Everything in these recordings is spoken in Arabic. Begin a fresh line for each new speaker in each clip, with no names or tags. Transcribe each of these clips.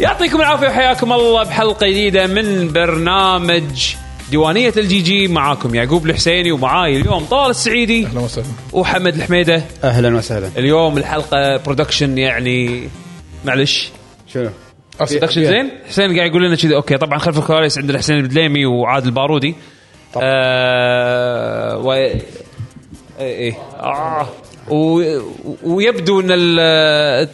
يعطيكم العافيه وحياكم الله بحلقه جديده من برنامج ديوانيه الجي جي معاكم يعقوب الحسيني ومعاي اليوم طلال السعيدي
اهلا وسهلا
وحمد الحميده
اهلا وسهلا
اليوم الحلقه برودكشن يعني معلش
شنو؟
برودكشن زين حسين قاعد يقول لنا كذي اوكي طبعا خلف الكواليس عندنا حسين البدليمي وعادل بارودي
طبعاً.
آه و... ايه ايه آه و... ويبدو ان ال-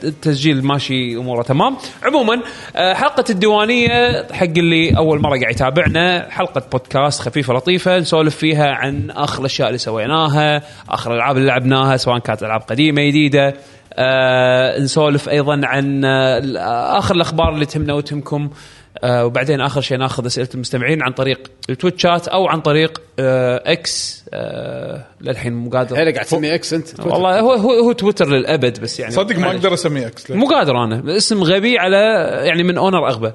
التسجيل ماشي اموره تمام عموما آه، حلقه الديوانيه حق اللي اول مره قاعد يتابعنا حلقه بودكاست خفيفه لطيفه نسولف فيها عن اخر الاشياء اللي سويناها اخر الالعاب اللي لعبناها سواء كانت العاب قديمه جديده آه نسولف ايضا عن آه اخر الاخبار اللي تهمنا وتهمكم آه وبعدين اخر شيء ناخذ اسئله المستمعين عن طريق التويتشات او عن طريق آه اكس آه للحين مو قادر
هلا قاعد تسمي اكس انت
والله هو هو هو تويتر للابد بس يعني
صدق ما
معلش.
اقدر اسميه اكس
مو قادر انا اسم غبي على يعني من اونر اغبى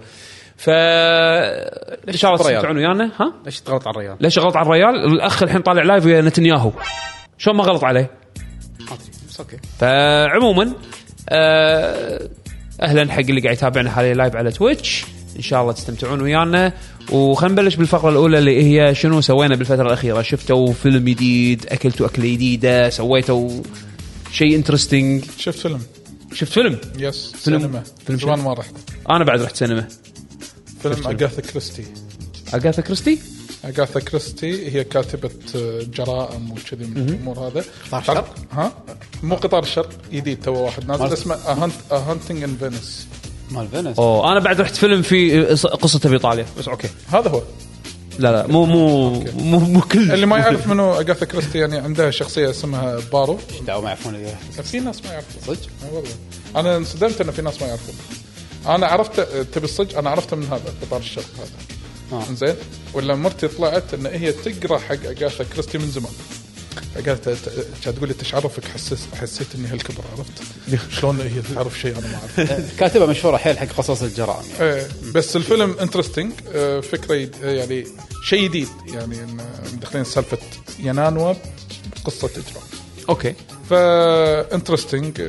ف ان شاء الله
تغلط على الريال؟
تستمتعون ويانا ها
ليش تغلط على الريال؟
ليش غلط على الريال الاخ الحين طالع لايف ويا نتنياهو شلون ما غلط عليه
ما ادري بس اوكي
فعموما آه، اهلا حق اللي قاعد يتابعنا حاليا لايف على تويتش ان شاء الله تستمتعون ويانا وخلينا نبلش بالفقره الاولى اللي هي شنو سوينا بالفتره الاخيره شفتوا فيلم جديد اكلتوا اكله جديده سويتوا شيء انترستنج
شفت فيلم
شفت فيلم
يس
فيلم-
سينما
فيلم
زمان
شنو؟
ما رحت
انا بعد رحت سينما
فيلم اغاثا كريستي
اغاثا كريستي
اغاثا كريستي هي كاتبه آه، جرائم وكذي من الامور هذا
قطار
تعرف-
الشرق؟
ها مو قطار الشرق جديد تو واحد نازل
مال-
اسمه هانتنج ان فينس
مال فينس
اوه انا بعد رحت فيلم في قصته بايطاليا بس اوكي
هذا هو
لا لا مو مو مو, مو كل
اللي ما يعرف منو اغاثا كريستي يعني عندها شخصيه اسمها بارو
دعوة ما يعرفون إيه.
في ناس ما يعرفون
صدق؟
إي والله انا انصدمت ان في ناس ما يعرفون انا عرفت تبي الصج انا عرفته من هذا قطار الشرق هذا
آه.
زين ولا مرتي طلعت ان هي تقرا حق اغاثا كريستي من زمان فقالت كانت تقول لي تشعرفك حسس حسيت اني هالكبر عرفت شلون هي تعرف شيء انا ما اعرفه
كاتبة مشهورة حيل حق قصص الجرائم يعني
إيه، بس الفيلم انترستنج فكره يد- آه، يعني شيء جديد يعني إن مدخلين سالفه ينانوا بقصه اجرام
اوكي
فا انترستنج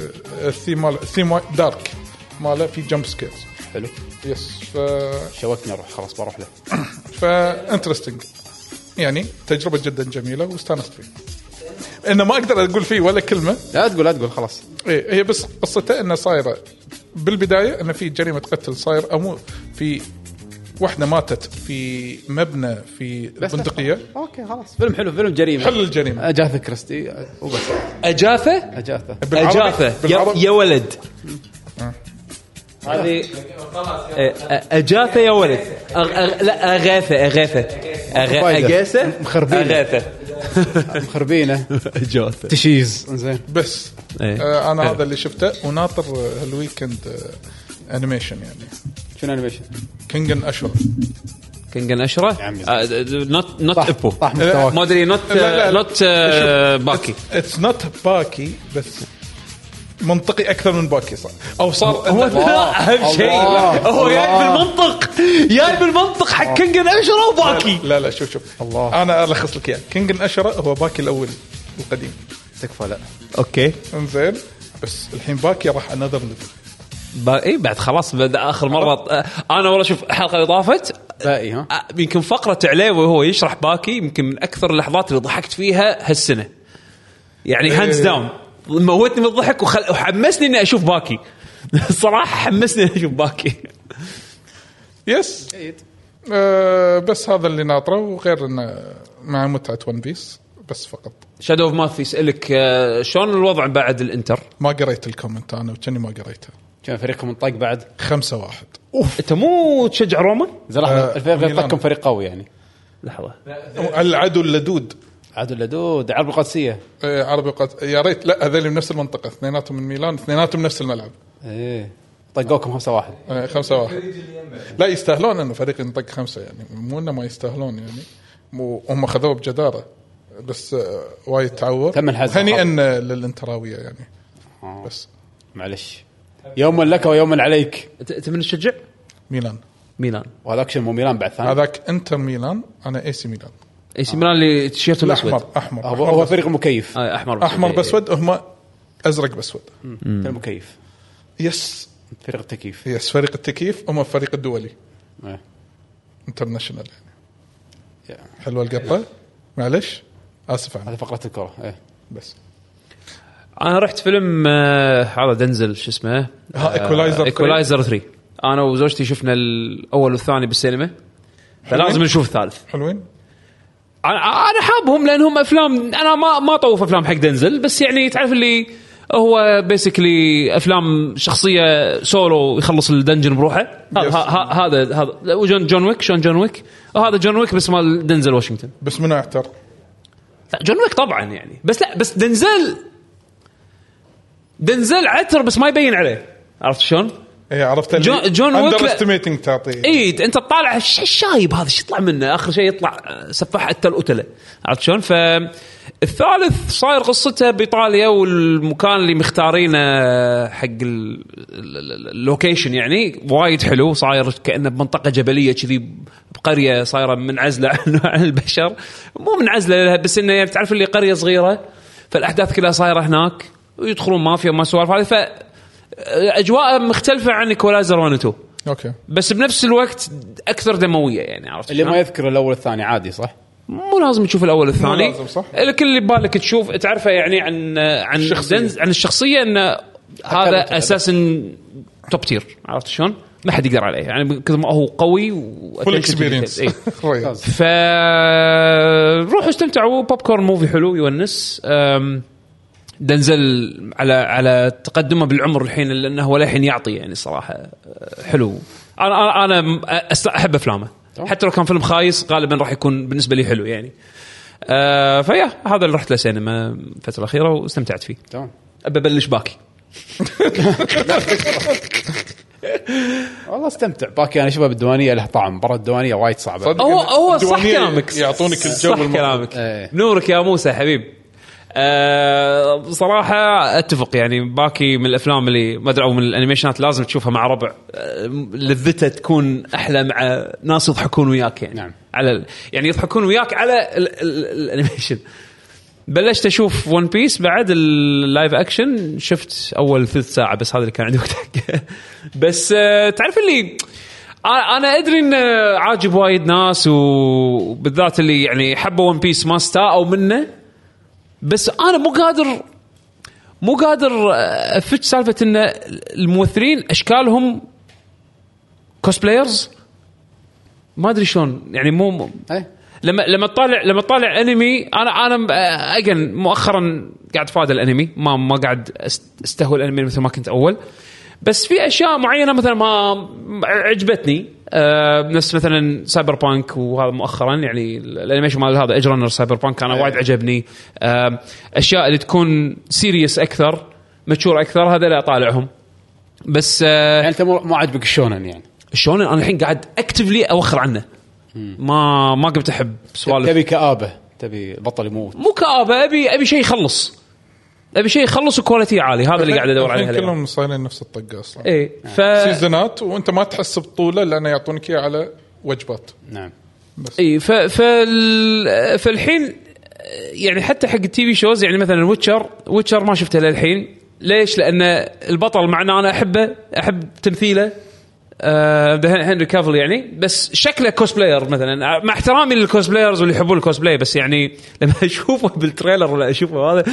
الثيم آه، مال الثيم دارك ماله في جمب سكيرز
يعني حلو
يس ف
شوقتني اروح خلاص بروح له
فانترستنج يعني تجربه جدا جميله واستانست فيه انه ما اقدر اقول فيه ولا كلمه
لا تقول لا تقول خلاص
إيه هي بس قصته انه صايره بالبدايه انه في جريمه قتل صاير او مو في واحده ماتت في مبنى في
بس
بندقيه
اوكي خلاص فيلم حلو فيلم جريمه
حل الجريمه
اجاثا كريستي آه، وبس
اجافه
اجاثا
بالعربي-
اجافه يا,
بالعربي-
يا ولد هذه إيه، أ- اجافه يا ولد أغ- أغ- لا اغاثه اغاثه أغ-
فايدة.
اغاثه
مخربينة.
اغاثه
مخربينه
اجافه
تشيز زين
بس
إيه.
آه انا
حلو.
هذا اللي شفته وناطر آه، هالويكند آه، انيميشن يعني
شنو انيميشن؟
كينج ان اشهر
كنجن اشره
يا عمي.
نوت نوت
طاح
ابو
طاح
لا،
ما
مستواك
ادري نوت
لا، لا.
نوت أه، باكي
اتس نوت باكي بس منطقي اكثر من باكي صح او صار
هو
إنه-
لا، اهم شيء
الله. آه.
هو جاي
الله.
بالمنطق جاي بالمنطق حق كنجن اشره وباكي
لا لا شوف شوف
الله.
انا الخص لك اياه كينج ان اشهر هو باكي الاول القديم
تكفى لا
اوكي
انزين بس الحين باكي راح انذر ليفل
با- اي بعد خلاص بدا اخر مره آه، انا والله شوف الحلقه اللي طافت
باقي ها
آه، يمكن فقره عليه وهو يشرح باكي يمكن من اكثر اللحظات اللي ضحكت فيها هالسنه يعني
إيه.
هاندز داون موتني من الضحك وخل... وحمسني اني اشوف باكي صراحه حمسني اني اشوف باكي
يس
جيد
آه بس هذا اللي ناطره وغير انه مع متعه ون بيس بس فقط
شادو اوف ماث يسالك آه، شلون الوضع بعد الانتر؟
ما قريت الكومنت انا وكني ما قريته
كان فريقكم انطق بعد
خمسة واحد
انت مو تشجع روما؟
زراح
آه،
الفريق غير
ميلان.
طقكم فريق قوي يعني
لحظه
العدو اللدود
عادل لدود عرب القدسيه
آه، عربي قد يا ريت لا هذول من نفس المنطقه اثنيناتهم من ميلان اثنيناتهم نفس الملعب
ايه طقوكم خمسه واحد
آه، خمسة واحد لا يستاهلون انه فريق ينطق خمسة يعني مو انه ما يستاهلون يعني مو هم خذوه بجدارة بس آه، وايد تعور
تم الحزم.
هنيئا للانتراوية يعني بس
معلش يوما لك ويوما عليك
انت أنت من تشجع؟
ميلان
ميلان
وهذاك شيء مو ميلان بعد ثاني
هذاك انتر ميلان انا اي سي ميلان
اي سي ميلان اللي تيشيرته
الاحمر
الاسود
احمر احمر,
هو, هو
بس-
فريق مكيف
آه، احمر
احمر بسود هم ازرق بسود
فريق مكيف
يس
فريق تكييف
يس فريق التكييف هم الفريق الدولي
إيه.
انترناشونال يعني
يا.
حلوه القطه معلش اسف عنك
هذه فقره الكره ايه
بس
انا رحت فيلم آه، هذا دنزل شو اسمه آه،
ها، Equalizer
ايكولايزر 3 انا وزوجتي شفنا الاول والثاني بالسينما فلازم نشوف الثالث
حلوين
انا انا حابهم لانهم افلام انا ما ما طوف افلام حق دنزل بس يعني تعرف اللي هو بيسكلي افلام شخصيه سولو يخلص الدنجن بروحه ه-
Yes.
ه- ه- هذا هذا وجون جون ويك شلون جون ويك هذا جون ويك بس مال دنزل واشنطن
بس منو اعتر
لا جون ويك طبعا يعني بس لا بس دنزل دنزل عتر بس ما يبين عليه عرفت شلون؟
اي إيه، عرفت
جون- جون إيه. ويك-
اندر استيميتنج تعطيه
اي انت تطالع ش- الشايب هذا شو يطلع منه اخر شيء يطلع آه، سفاح التل أتلة عرفت شلون؟ فالثالث صاير قصته بايطاليا والمكان اللي مختارينه آه، حق ال- ال- ال- اللوكيشن يعني وايد حلو صاير كانه بمنطقه جبليه كذي بقريه صايره منعزله عن- عن البشر مو منعزله لها بس انه يعني تعرف اللي قريه صغيره فالاحداث كلها صايره هناك ويدخلون مافيا وما سوالف هذه ف اجواء مختلفه عن ايكولايزر 1 و 2
اوكي
بس بنفس الوقت اكثر دمويه يعني عرفت
اللي
شلون؟
ما يذكر الاول الثاني عادي صح؟
مو لازم تشوف الاول والثاني
لازم، صح.
الكل اللي ببالك تشوف تعرفه يعني عن عن
الشخصية.
دنز عن الشخصيه انه هذا اساسا توب تير عرفت شلون؟ ما حد يقدر عليه يعني من كثر ما هو قوي
فول
وفول
اكسبيرينس
إيه.
رهيب.
ف روحوا استمتعوا بوب كورن موفي حلو يونس أم، دنزل على على تقدمه بالعمر الحين لانه هو للحين يعطي يعني صراحه أه، حلو انا انا انا م- أست- احب افلامه حتى لو كان فيلم خايس غالبا راح يكون بالنسبه لي حلو يعني أه، فيا هذا اللي رحت له سينما الفتره الاخيره واستمتعت فيه
تمام
ابى ابلش باكي
والله استمتع باكي انا اشوفها بالديوانيه لها طعم برا الديوانيه وايد صعبه
صدق.
هو هو صح
طيب، يعني الديوانية
كلامك
يعطونك الجو
صح
المطلوب.
كلامك
إيه.
نورك يا موسى حبيب أه صراحة اتفق يعني باكي من الافلام اللي ما ادري أو من الانيميشنات لازم تشوفها مع ربع أه، لذتها تكون احلى مع ناس يضحكون وياك يعني
نعم.
على ال- يعني يضحكون وياك على ال- ال- الانيميشن بلشت اشوف ون بيس بعد اللايف اكشن شفت اول ثلث ساعه بس هذا اللي كان عندي وقت حقه بس آه، تعرف اللي آه، انا ادري انه عاجب وايد ناس وبالذات اللي يعني حبوا ون بيس ما استاءوا منه بس انا مو قادر مو قادر آه، افتش سالفه ان الممثلين اشكالهم كوسبلايرز ما ادري شلون يعني مو
إيه.
لما لما تطالع لما تطالع انمي انا انا اجن مؤخرا آه، قاعد فاد الانمي ما ما قاعد أست- استهوى الانمي مثل ما كنت اول بس في اشياء معينه مثلا ما عجبتني آه نفس مثلا سايبر بانك وهذا مؤخرا يعني الانيميشن مال هذا ايج رانر سايبر بانك انا وايد عجبني آه اشياء اللي تكون سيريس اكثر ماتشور اكثر هذا لا اطالعهم بس آه
يعني انت مو مو عاجبك الشونن يعني
شلون انا الحين قاعد اكتفلي اوخر عنه ما ما قمت احب سوالف
تبي كابه تبي بطل يموت
مو كابه ابي ابي شيء يخلص ابي شيء يخلص وكواليتي عالي هذا اللي قاعد ادور
الحين
عليه اليوم إيه.
كلهم صايرين نفس الطقه اصلا
اي ف
سيزونات وانت ما تحس بطوله لانه يعطونك اياه على وجبات
نعم
اي ف فال... فالحين يعني حتى حق التي في شوز يعني مثلا ويتشر ويتشر ما شفته للحين ليش؟ لان البطل مع ان انا احبه احب تمثيله آه ده هنري كافل يعني بس شكله كوسبلاير مثلا مع احترامي للكوسبلايرز واللي يحبون الكوسبلاي بس يعني لما اشوفه بالتريلر ولا اشوفه هذا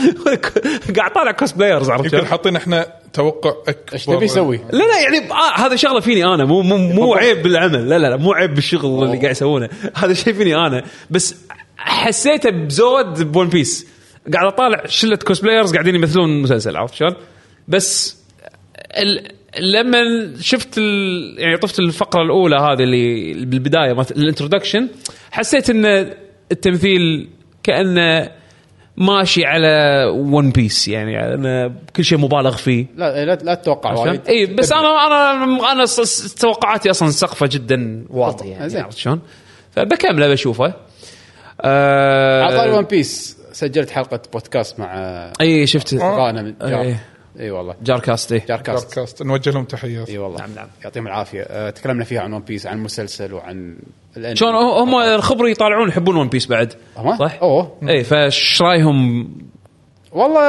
قاعد طالع كوسبلايرز عرفت شلون؟
يمكن حاطين احنا توقع اكبر
ايش تبي يسوي؟
لا لا يعني آه هذا شغله فيني انا مو مو مو عيب بالعمل لا لا لا مو عيب بالشغل اللي قاعد يسوونه هذا شيء فيني انا بس حسيته بزود بون بيس قاعد اطالع شله كوسبلايرز قاعدين يمثلون مسلسل عرفت شلون؟ بس ال... لما شفت ال... يعني طفت الفقره الاولى هذه اللي بالبدايه مثل الانترودكشن حسيت ان التمثيل كانه ماشي على ون بيس يعني أنا كل شيء مبالغ فيه
لا لا, لا تتوقع وايد
اي إيه، بس انا انا انا س- س- توقعاتي اصلا سقفه جدا واطيه يعني
زين.
عرفت شلون؟ فبكمله بشوفه
على طاري ون
آه
بيس سجلت حلقه بودكاست مع
اي إيه، شفت
اصدقائنا من جار
آه. إيه.
اي والله
جار كاست إيه. اي
آه. جار كاست
بودكاست نوجه لهم تحيات
اي والله
نعم، نعم.
يعطيهم العافيه أه تكلمنا فيها عن ون بيس عن المسلسل وعن الأنمي.
شلون هم- هم
آه.
الخبر يطالعون يحبون ون بيس بعد إيه،
هم؟
صح؟
اوه
اي فايش رايهم
والله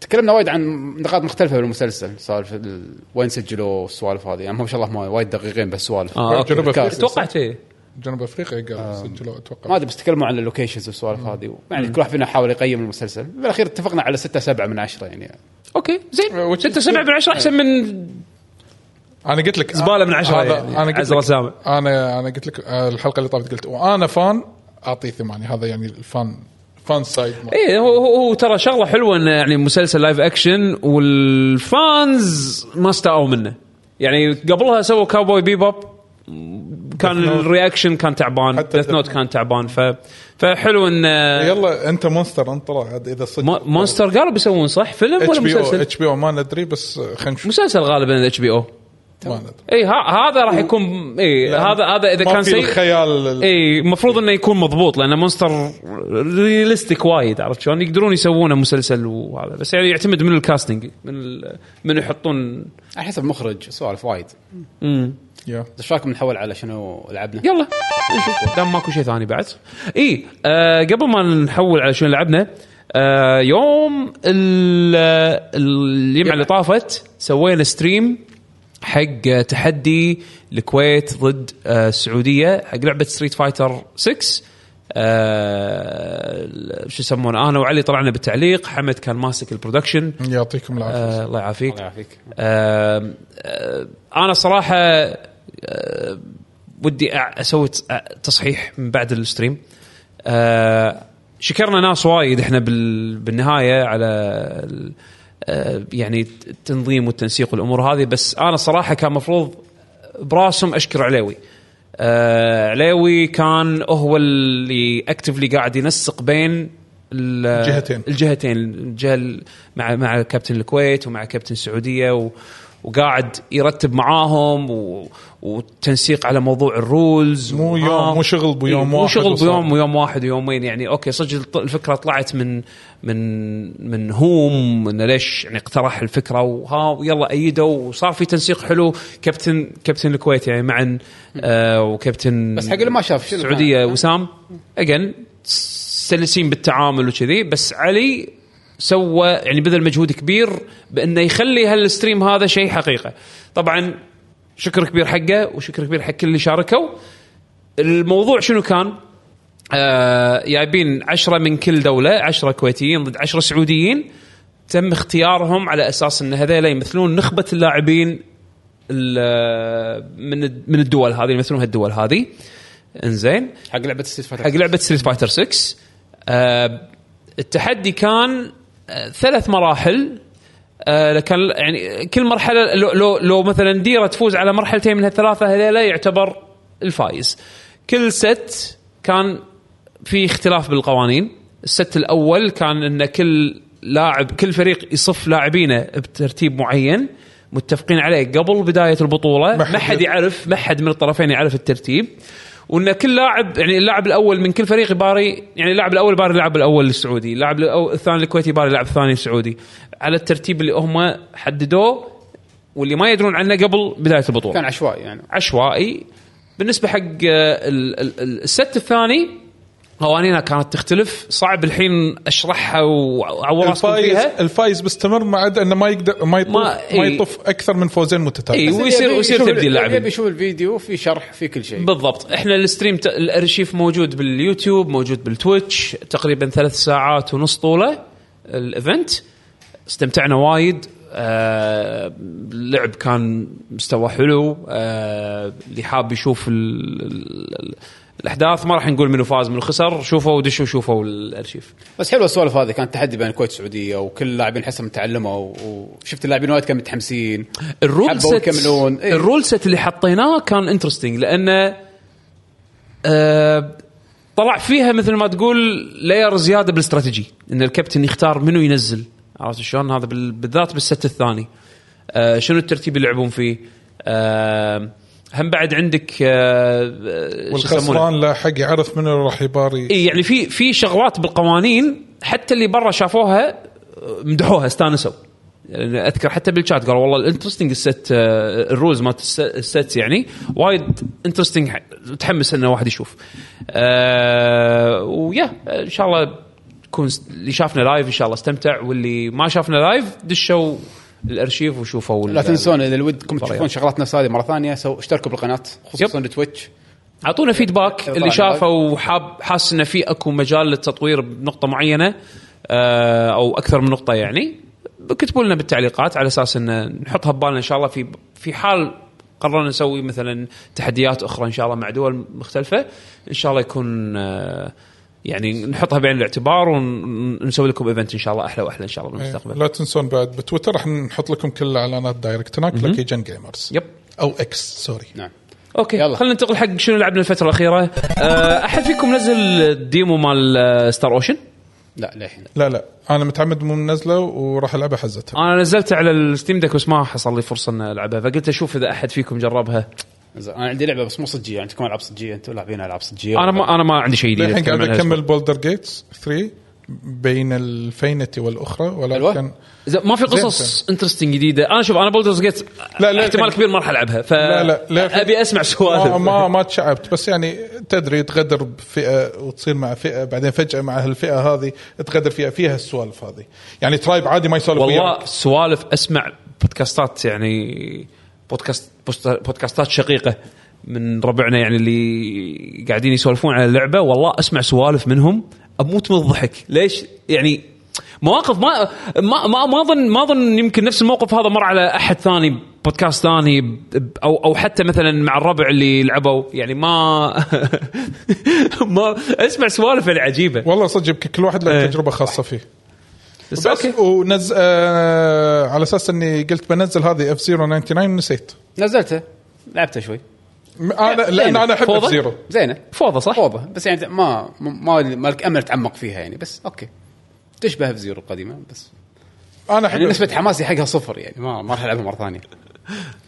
تكلمنا وايد عن نقاط مختلفه بالمسلسل سالفه ال- وين سجلوه والسوالف هذه يعني ما شاء الله ما وايد دقيقين بس سوالف
اه أوكي.
جنوب أفريقيا.
توقعت ايه
جنوب
آه.
افريقيا قال سجلوا
ما
اتوقع
ادري بس تكلموا عن اللوكيشنز والسوالف هذه يعني كل واحد فينا حاول يقيم المسلسل بالاخير اتفقنا على 6 7 من 10 يعني
اوكي زين
Which is
6 7 من 10 احسن من
انا قلت لك آه،
زبالة من عشرة
هذا-
يعني،
انا قلت
عزرا
لك
سامع.
انا انا قلت لك آه، الحلقه اللي طافت قلت وانا فان اعطيه ثمانيه هذا يعني الفان فان سايد مال.
ايه هو هو هو ترى شغله حلوه انه يعني مسلسل لايف اكشن والفانز ما استاءوا منه يعني قبلها سووا كاوبوي بيبوب كان
Note.
الرياكشن كان تعبان
حتى
ديث
Death
نوت
Note.
كان تعبان ف فحلو ان
يلا انت مونستر انطر عاد اذا صدق
مو- مونستر قالوا بيسوون صح فيلم
اتش
ولا
بي او
مسلسل؟
اتش بي او ما ندري بس خلينا نشوف
مسلسل غالبا اتش بي او
ما ندري
اي ها- إيه، هذا راح يكون اي
لا،
هذا هذا اذا
ما
كان
في
سيء إيه.
الخيال ال-
اي المفروض انه يكون مضبوط لان مونستر ريالستيك وايد عرفت شلون يقدرون يسوونه مسلسل وهذا بس يعني يعتمد من الكاستنج من ال- من يحطون
على حسب مخرج سوالف وايد
يا.
ايش رايكم نحول على شنو لعبنا؟
يلا نشوف دام ماكو شيء ثاني بعد اي آه قبل ما نحول على شنو لعبنا آه يوم ال- الجمعه اللي طافت سوينا ستريم حق تحدي الكويت ضد آه السعوديه حق لعبه ستريت فايتر 6 آه شو يسمونه انا وعلي طلعنا بالتعليق حمد كان ماسك البرودكشن
يعطيكم العافيه
آه الله يعافيك
الله يعافيك
آم، آه، انا صراحه آه، ودي أع- اسوي تص- آه، تصحيح من بعد الستريم آه، شكرنا ناس وايد احنا بال- بالنهايه على ال- آه، يعني التنظيم والتنسيق والامور هذه بس انا صراحه كان مفروض براسم اشكر عليوي آه، عليوي كان هو اللي اكتفلي قاعد ينسق بين ال-
الجهتين.
الجهتين الجهه ال- مع مع كابتن الكويت ومع كابتن السعوديه و وقاعد يرتب معاهم و... وتنسيق على موضوع الرولز
مو يوم-
وها-
مو شغل بيوم
مو
واحد
شغل
وصار.
بيوم ويوم واحد ويومين يعني اوكي صدق الط- الفكره طلعت من من من هوم انه ليش يعني اقترح الفكره وها ويلا ايده وصار في تنسيق حلو كابتن كابتن الكويت يعني معا آه وكابتن
بس حق اللي ما شاف شو اللي
السعوديه
معنا؟
وسام اجن سلسين بالتعامل وكذي بس علي سوى يعني بذل مجهود كبير بانه يخلي هالستريم هذا شيء حقيقه طبعا شكر كبير حقه وشكر كبير حق كل اللي شاركوا الموضوع شنو كان؟ آه جايبين عشرة من كل دولة عشرة كويتيين ضد عشرة سعوديين تم اختيارهم على أساس أن هذيلا يمثلون نخبة اللاعبين ال- آه، من من الدول هذه يمثلون هالدول هذه انزين
حق لعبه ستيت
حق لعبه ستريت فايتر 6 آه التحدي كان آه ثلاث مراحل آه كان يعني كل مرحله لو لو, لو مثلا ديره تفوز على مرحلتين من هالثلاثه هذيلا يعتبر الفايز كل ست كان في اختلاف بالقوانين الست الاول كان ان كل لاعب كل فريق يصف لاعبينه بترتيب معين متفقين عليه قبل بدايه البطوله
ما حد
ما حد يعرف ما حد من الطرفين يعرف الترتيب وان كل لاعب يعني اللاعب الاول من كل فريق يباري يعني اللاعب الاول يباري اللاعب الاول السعودي، اللاعب الأو- الثاني الكويتي يباري اللاعب الثاني السعودي على الترتيب اللي هم حددوه واللي ما يدرون عنه قبل بدايه البطوله.
كان عشوائي يعني
عشوائي بالنسبه حق آه، ال- ال- ال- الست الثاني قوانينها كانت تختلف صعب الحين اشرحها واعور راسكم
الفايز
فيها
الفايز مستمر ما عدا انه ما يقدر ما يطوف
ما-
ما,
إيه.
يطوف اكثر من فوزين
إيه،
متتاليين
و- ويصير-
يبي
ويصير
يشوف-
تبديل لاعبين.
يبي يشوف الفيديو في شرح في كل شيء
بالضبط احنا الستريم ت... الارشيف موجود باليوتيوب موجود بالتويتش تقريبا ثلاث ساعات ونص طوله الايفنت استمتعنا وايد آه، اللعب كان مستوى حلو آه، اللي حاب يشوف ال... ال... ال- الاحداث ما راح نقول منو فاز منو خسر شوفوا ودشوا شوفوا الارشيف
بس حلوه السوالف هذه كانت تحدي بين الكويت والسعوديه وكل اللاعبين حسهم تعلموا وشفت اللاعبين وايد كانوا متحمسين
الرول
حبوا
سيت
يكملون إيه.
الرول سيت اللي حطيناه كان انترستنج لانه آه طلع فيها مثل ما تقول لاير زياده بالاستراتيجي ان الكابتن يختار منو ينزل عرفت شلون هذا بال- بالذات بالست الثاني آه شنو الترتيب اللي يلعبون فيه آه هم بعد عندك آه شو يسمونه؟
والخسران لا حق يعرف منو اللي راح يباري
اي يعني في في شغلات بالقوانين حتى اللي برا شافوها آه، مدحوها استانسوا يعني اذكر حتى بالشات قالوا والله الانترستنج الست آه، الرولز مالت الس- الستس يعني وايد انترستنج متحمس انه واحد يشوف آه، ويا آه، ان شاء الله يكون س- اللي شافنا لايف ان شاء الله استمتع واللي ما شافنا لايف دشوا الارشيف وشوفوا
لا
ال-
تنسون اذا ودكم
طريقة.
تشوفون شغلات نفس هذه مره ثانيه سو اشتركوا بالقناه خصوصا تويتش
اعطونا فيدباك اللي
إيه، طبعاً.
شافه وحاب حاس انه في اكو مجال للتطوير بنقطه معينه آه، او اكثر من نقطه يعني اكتبوا لنا بالتعليقات على اساس ان نحطها ببالنا ان شاء الله في في حال قررنا نسوي مثلا تحديات اخرى ان شاء الله مع دول مختلفه ان شاء الله يكون آه، يعني نحطها بعين الاعتبار ونسوي لكم ايفنت ان شاء الله احلى واحلى ان شاء
إيه.
الله بالمستقبل
إيه. لا تنسون بعد بتويتر راح نحط لكم كل اعلانات دايركت هناك لكي جن جيمرز
يب
او اكس سوري
نعم
اوكي
يلا.
خلينا ننتقل حق شنو لعبنا الفتره الاخيره آه، احد فيكم نزل الديمو مال آه، ستار اوشن
لا للحين
لا لا انا متعمد مو منزله وراح العبها حزتها
انا نزلتها على الستيم دك بس ما حصل لي فرصه اني العبها فقلت اشوف اذا احد فيكم جربها
زين، انا عندي لعبه بس مو صجيه يعني تكون العاب صجيه انتم لاعبين العاب صجيه
انا ما انا ما عندي شيء جديد
للحين
أتكلم
قاعد
عنها.
اكمل بولدر جيتس 3 بين الفينتي والاخرى ولكن
أيوة.
إذا ما في
زين،
قصص انترستنج جديده انا شوف انا بولدرز جيت
لا، لا،
احتمال
الحين.
كبير ما راح العبها ف
لا، لا، لا،
ابي اسمع سؤال
ما ما, ما تشعبت بس يعني تدري تغدر بفئه وتصير مع فئه بعدين فجاه مع هالفئه هذه تغدر فيها فيها السوالف هذه يعني ترايب عادي ما يسولف
والله
وياك.
سوالف اسمع بودكاستات يعني بودكاست بوست- بودكاستات شقيقه من ربعنا يعني اللي قاعدين يسولفون على اللعبه والله اسمع سوالف منهم اموت من الضحك ليش يعني مواقف ما ما ما ما اظن ما اظن يمكن نفس الموقف هذا مر على احد ثاني بودكاست ثاني ب- ب- او او حتى مثلا مع الربع اللي لعبوا يعني ما ما اسمع سوالف العجيبه
والله صدق يمكن كل واحد
إيه.
له تجربه خاصه فيه
بس
بس
اوكي
ونز آه على اساس اني قلت بنزل هذه اف 099 نسيت
نزلته لعبته شوي
م- انا لان
زينة.
انا احب اف
إيه، فوضى؟
0
زينه
فوضى صح؟
فوضى بس يعني ما ما- ما ما لك امل تعمق فيها يعني بس اوكي تشبه في زيرو القديمه بس
انا احب
يعني نسبه حماسي حقها صفر يعني ما ما راح العبها مره ثانيه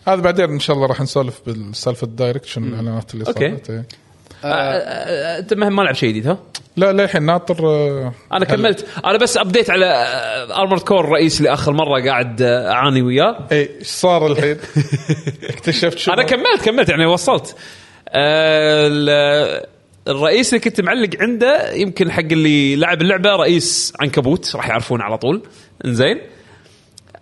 هذا بعدين ان شاء الله راح نسولف بالسالفه الدايركشن الاعلانات اللي
أوكي.
صارت إيه.
آه، انت مهم ما لعب شيء جديد ها؟
لا للحين ناطر آه،
انا
هل-
كملت انا بس ابديت على آه، ارمورد كور الرئيس اللي اخر مره قاعد آه، اعاني وياه
اي ايش إيه، صار الحين؟ اكتشفت شو
انا كملت كملت يعني وصلت آه، ال- الرئيس اللي كنت معلق عنده يمكن حق اللي لعب اللعبه رئيس عنكبوت راح يعرفون على طول انزين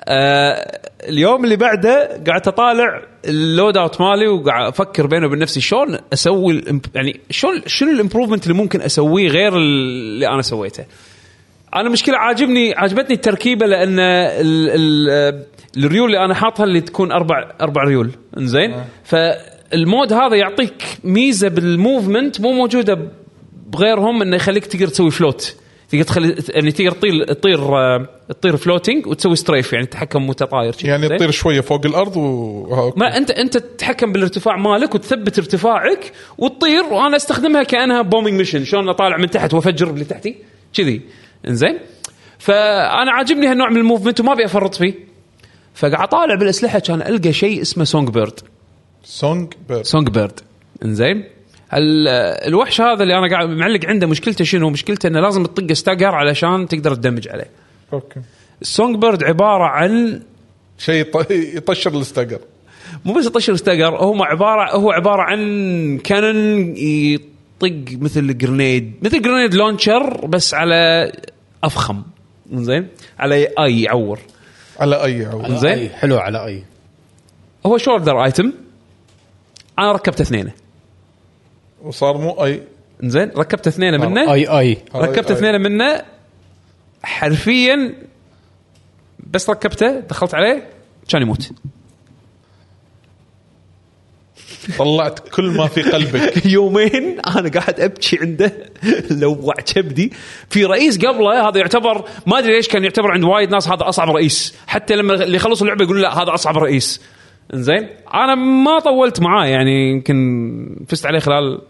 آه، اليوم اللي بعده قاعد اطالع اللود اوت مالي وقاعد افكر بيني وبين نفسي شلون اسوي الإمب- يعني شلون شنو الامبروفمنت اللي ممكن اسويه غير اللي انا سويته انا مشكله عاجبني عجبتني التركيبه لان ال ال الريول اللي انا حاطها اللي تكون اربع اربع ريول انزين فالمود هذا يعطيك ميزه بالموفمنت مو موجوده بغيرهم انه يخليك تقدر تسوي فلوت تقدر تخلي يعني تقدر تطير تطير آه، تطير فلوتنج وتسوي ستريف يعني تحكم متطاير شي،
يعني
زين؟
تطير شويه فوق الارض و آه، أوكي.
إيه؟ ما انت انت تتحكم بالارتفاع مالك وتثبت ارتفاعك وتطير وانا استخدمها كانها بومينج ميشن شلون اطالع من تحت وافجر اللي تحتي كذي انزين فانا عاجبني هالنوع من الموفمنت وما ابي افرط فيه فقاعد اطالع بالاسلحه كان القى شيء اسمه سونج بيرد
سونج بيرد
سونج بيرد انزين ال- الوحش هذا اللي انا قاعد معلق عنده مشكلته شنو؟ مشكلته انه لازم تطق ستاجر علشان تقدر تدمج عليه.
اوكي
السونج بيرد عباره عن
شيء يط- يطشر الاستقر
مو بس يطشر ستاجر هو عباره هو عباره عن كانون يطق مثل جرنيد مثل جرنيد لونشر بس على افخم زين على اي يعور
على اي عود
زين.
أي، حلو على اي
هو شولدر ايتم انا ركبت اثنينه
وصار مو اي
زين ركبت اثنينه منه
اي اي
ركبت
أي-
اثنينه منه حرفيا بس ركبته دخلت عليه كان يموت
طلعت كل ما في قلبك
يومين انا قاعد ابكي عنده لوع كبدي في رئيس قبله هذا يعتبر ما ادري ليش كان يعتبر عند وايد ناس هذا اصعب رئيس حتى لما اللي يخلصوا اللعبه يقولون لا هذا اصعب رئيس انزين انا ما طولت معاه يعني يمكن فزت عليه خلال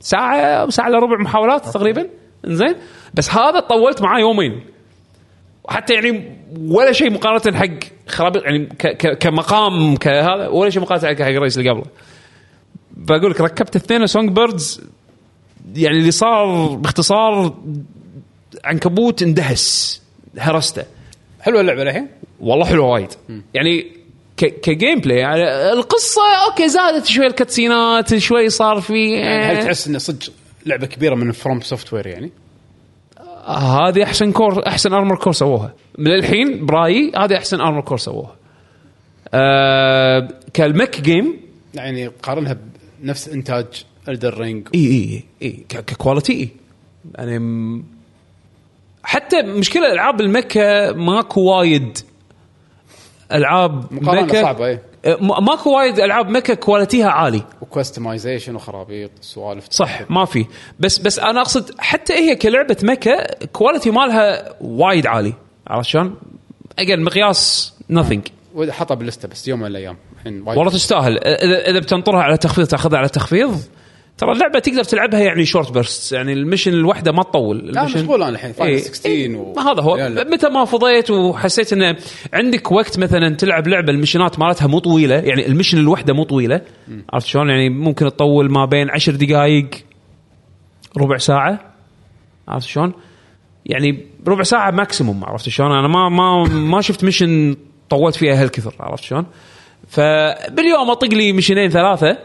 ساعه او ساعه الا ربع محاولات تقريبا انزين بس هذا طولت معاه يومين حتى يعني ولا شيء مقارنه حق خرابيط يعني ك- ك- كمقام كهذا ولا شيء مقارنه حق الرئيس اللي قبله بقول لك ركبت اثنين سونج بيردز يعني اللي صار باختصار عنكبوت اندهس هرسته
حلوه اللعبه للحين
والله حلو وايد يعني ك- كجيم بلاي يعني القصه اوكي زادت شوي الكاتسينات شوي صار في
يعني هل تحس انه صدق لعبه كبيره من فروم سوفت وير يعني
آه، هذه احسن كور احسن ارمر كور سووها للحين برايي هذه احسن ارمر كور سووها أه كالمك جيم
يعني قارنها بنفس انتاج الدر رينج
اي اي اي ك- ككواليتي اي يعني م- حتى مشكله العاب المكه ماكو وايد العاب
مقارنة
مكة-
صعبة، إيه. إي.
أه، م- ماكو وايد العاب مكه كواليتيها عالي
وكستمايزيشن وخرابيط سوالف
صح ما في بس بس انا اقصد حتى هي كلعبه مكه كواليتي مالها وايد عالي عرفت شلون؟ اجل مقياس nothing
حطها باللسته بس يوم من الايام الحين وايد-
والله تستاهل اذا اذا بتنطرها على تخفيض تاخذها على تخفيض ترى اللعبه تقدر تلعبها يعني شورت بيرست يعني المشن الواحده ما تطول
لا
المشن-
مشغول انا الحين فاينل
إيه.
16 و...
ما هذا هو
يلا.
متى ما فضيت وحسيت انه عندك وقت مثلا تلعب لعبه المشنات مالتها مو طويله يعني المشن الوحده مو طويله عرفت شلون يعني ممكن تطول ما بين عشر دقائق ربع ساعه عرفت شلون يعني ربع ساعه ماكسيموم عرفت شلون انا ما ما ما شفت مشن طولت فيها هالكثر عرفت شلون فباليوم اطق لي مشينين ثلاثه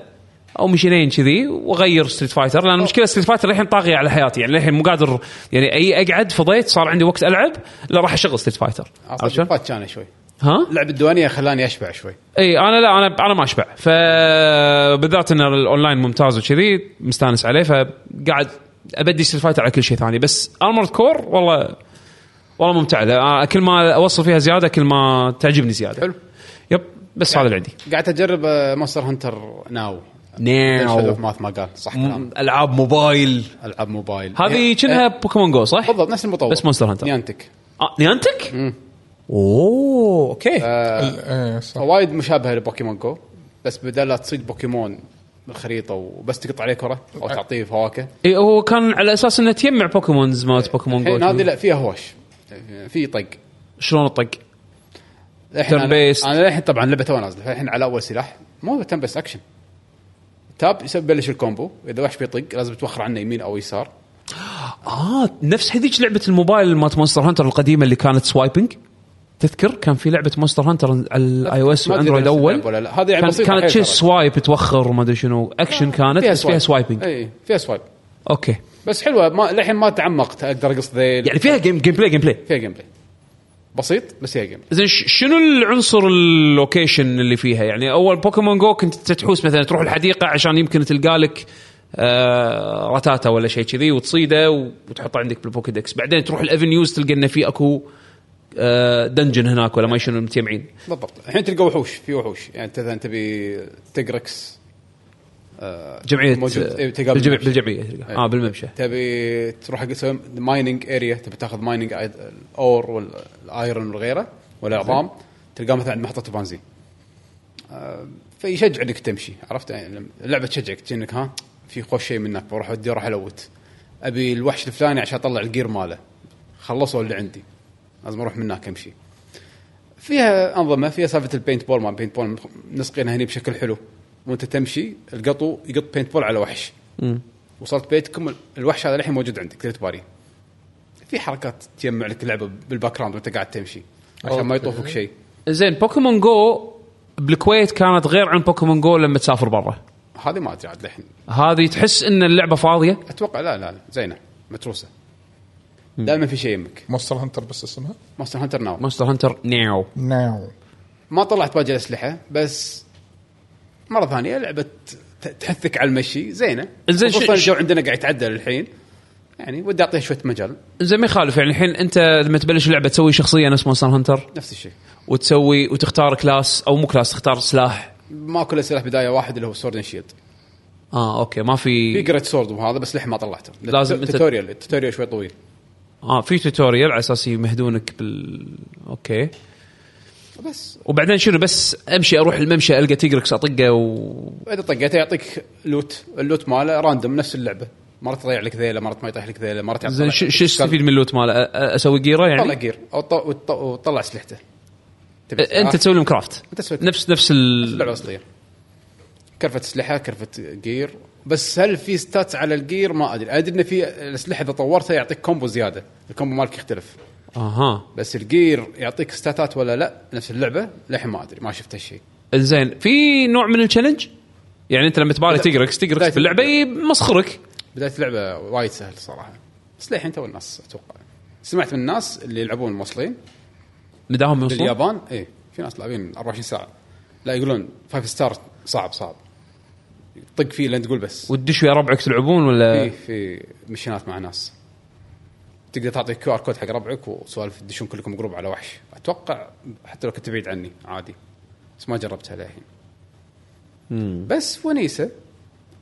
او مشينين كذي واغير ستريت فايتر لان المشكله ستريت فايتر للحين طاغيه على حياتي يعني للحين مو قادر يعني اي اقعد فضيت صار عندي وقت العب لا راح اشغل ستريت فايتر عرفت شلون؟
فات كان شوي
ها؟
لعب الديوانيه خلاني اشبع شوي
اي انا لا انا انا ما اشبع فبالذات ان الاونلاين ممتاز وكذي مستانس عليه فقاعد ابدي ستريت فايتر على كل شيء ثاني بس ارمورد كور والله والله ممتعه لا، آه، كل ما اوصل فيها زياده كل ما تعجبني زياده
حلو.
يب بس هذا اللي عندي
قاعد آه، اجرب ماستر هانتر ناو
ناو
ماث ما قال صح
م-
كلام
العاب موبايل
العاب موبايل
هذه
إيه.
كأنها
إيه.
بوكيمون جو صح؟
بالضبط نفس المطور
بس Monster Hunter.
نيانتك
آه نيانتك؟ اوه اوكي
آه.
ال- إيه، صح.
وايد مشابهه لبوكيمون جو بس بدل لا تصيد بوكيمون بالخريطه وبس تقطع عليه كره او تعطيه فواكه
إي، هو كان على اساس انه تجمع بوكيمونز مالت بوكيمون
الحين هذه
جو
لا فيها هوش في طق
شلون الطق؟
الحين انا
Turn-based.
أنا للحين طبعا اللعبه تو نازله فالحين على اول سلاح مو تم بس اكشن تاب يسوي- يبلش الكومبو اذا وحش بيطق لازم توخر عنه يمين او يسار
اه نفس هذيك لعبه الموبايل مالت مونستر هانتر القديمه اللي كانت سوايبنج تذكر كان في لعبه مونستر هانتر على الاي او اس
ما أدري
واندرويد
نفس
اول
اللعبة ولا لا. هذه يعني
كان
بسيطة آه.
كانت
حيل
شيء
ترى.
سوايب توخر وما ادري شنو اكشن كانت بس فيها سوايبنج
اي إيه، فيها سوايب
اوكي
بس حلوه ما للحين ما تعمقت اقدر اقص ذيل
يعني فيها جيم جيم بلاي جيم بلاي
فيها جيم بلاي بسيط بس هي جيم بلاي.
زين ش- شنو العنصر اللوكيشن اللي فيها يعني اول بوكيمون جو كنت تحوس مثلا تروح الحديقه عشان يمكن تلقى لك آه رتاتا ولا شيء كذي وتصيده وتحطه عندك بالبوكيدكس بعدين تروح الافنيوز تلقى انه في اكو آه دنجن هناك ولا ما شنو متجمعين
بالضبط الحين تلقى وحوش في وحوش يعني مثلا تبي تجركس
جمعيه
موجود. إيه، تقابل
آه، بالجمع
بالممشى. إيه.
بالجمعيه اه بالممشى
تبي تروح حق تسوي مايننج اريا تبي تاخذ مايننج الاور والايرون وغيره والعظام تلقاه مثلا عند محطه بنزين آه، فيشجع انك تمشي عرفت يعني لما- اللعبه تشجعك انك ها في خوش شيء منك بروح ودي اروح الوت ابي الوحش الفلاني عشان اطلع الجير ماله خلصوا اللي عندي لازم اروح من هناك امشي فيها انظمه فيها سالفه البينت بول ما بينت بول نسقينها هني بشكل حلو وانت تمشي القطو يقط بينت بول على وحش وصلت بيتكم الوحش هذا الحين موجود عندك تقدر تباريه في حركات تجمع لك اللعبه بالباك جراوند وانت قاعد تمشي عشان ما
أوكي.
يطوفك شيء
زين بوكيمون جو بالكويت كانت غير عن بوكيمون جو لما تسافر برا
هذه ما ادري عاد للحين
هذه تحس ان اللعبه فاضيه
اتوقع لا لا لا زينه متروسه دائما في شيء يمك
مونستر هانتر بس اسمها
ماستر هانتر ناو
مونستر هانتر ناو
ناو
ما طلعت باقي الاسلحه بس مره ثانيه لعبه ت- تحثك على المشي زينه
إنزين، شو-
خصوصا
شو-
الجو عندنا قاعد يتعدل الحين يعني ودي اعطيها شويه مجال
زين ما يخالف يعني الحين انت لما تبلش اللعبه تسوي شخصيه نفس مونستر هانتر
نفس الشيء
وتسوي وتختار كلاس او مو كلاس تختار سلاح
ما كل سلاح بدايه واحد اللي هو سورد شيلد
اه اوكي ما
في
في
جريت سورد وهذا بس للحين ما طلعته
لازم أنت-
التوتوريال التوتوريال شوي طويل
اه في توتوريال على اساس يمهدونك بال اوكي
بس
وبعدين شنو بس امشي اروح الممشى القى تيجركس اطقه و
اذا طقيته يعطيك لوت اللوت ماله راندوم نفس اللعبه مرات يضيع لك ذيله مرات ما يطيح لك ذيله مرات يعطيك-
زين شو شو استفيد من اللوت ماله أ- أ- اسوي جيره
طلع
يعني
جير او طلع وتط- وتطلع اسلحته تبي
أ- انت
سلاح،
تسوي لهم كرافت
أنت تسوي كرافت.
نفس نفس ال...
اللعبه اصليه كرفه اسلحه كرفه جير بس هل في ستاتس على الجير ما ادري ادري ان في الاسلحه اذا طورتها يعطيك كومبو زياده الكومبو مالك يختلف
اها
بس الجير يعطيك ستاتات ولا لا نفس اللعبه للحين ما ادري ما شفت هالشيء
زين في نوع من التشالنج يعني انت لما تباري
بدأ-
تقركس تقركس
بداية
باللعبه يمسخرك
بدايه اللعبه وايد سهل صراحه بس للحين تو الناس اتوقع سمعت من الناس اللي يلعبون موصلين
مداهم يوصلون
باليابان اي في ناس لاعبين 24 ساعه لا يقولون فايف ستار صعب صعب طق فيه لين تقول بس
وتدش ويا ربعك تلعبون ولا
في في مشينات مع ناس تقدر تعطي كيو ار كود حق ربعك وسوالف تدشون كلكم جروب على وحش اتوقع حتى لو كنت بعيد عني عادي بس ما جربتها للحين بس ونيسه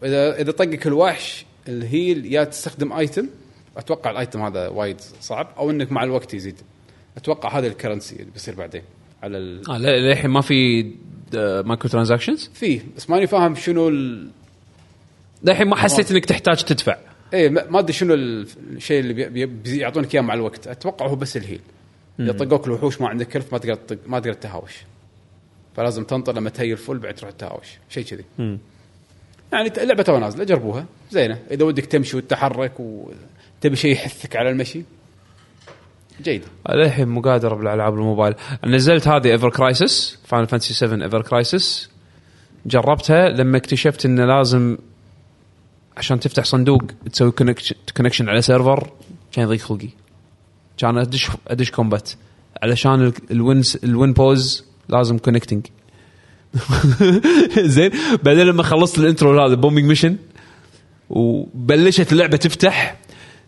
اذا اذا طقك الوحش الهيل يا تستخدم ايتم اتوقع الايتم هذا وايد صعب او انك مع الوقت يزيد اتوقع هذا الكرنسي اللي بيصير بعدين على ال...
آه لا- للحين ما في آه، مايكرو ترانزاكشنز
فيه بس ماني فاهم شنو ال...
للحين ما حسيت انك تحتاج تدفع
ايه ما ما ادري شنو ال- الشيء اللي بي- بي- بي- يعطونك اياه مع الوقت اتوقع هو بس الهيل اذا طقوك الوحوش ما عندك كلف ما تقدر تطق- ما تقدر تهاوش فلازم تنطر لما تهي الفل بعد تروح تهاوش شيء كذي يعني ت- لعبه تو نازله جربوها زينه اذا ودك تمشي وتتحرك وتبي شيء يحثك على المشي جيده
للحين مقادره بالالعاب الموبايل نزلت هذه ايفر كرايسس فاينل فانتسي 7 ايفر كرايسس جربتها لما اكتشفت انه لازم عشان تفتح صندوق تسوي كونكشن على سيرفر كان يضيق خلقي كان ادش ادش كومبات علشان ال- الوين س- الوين بوز لازم كونكتنج زين بعدين لما خلصت الانترو هذا بومبينج ميشن وبلشت اللعبه تفتح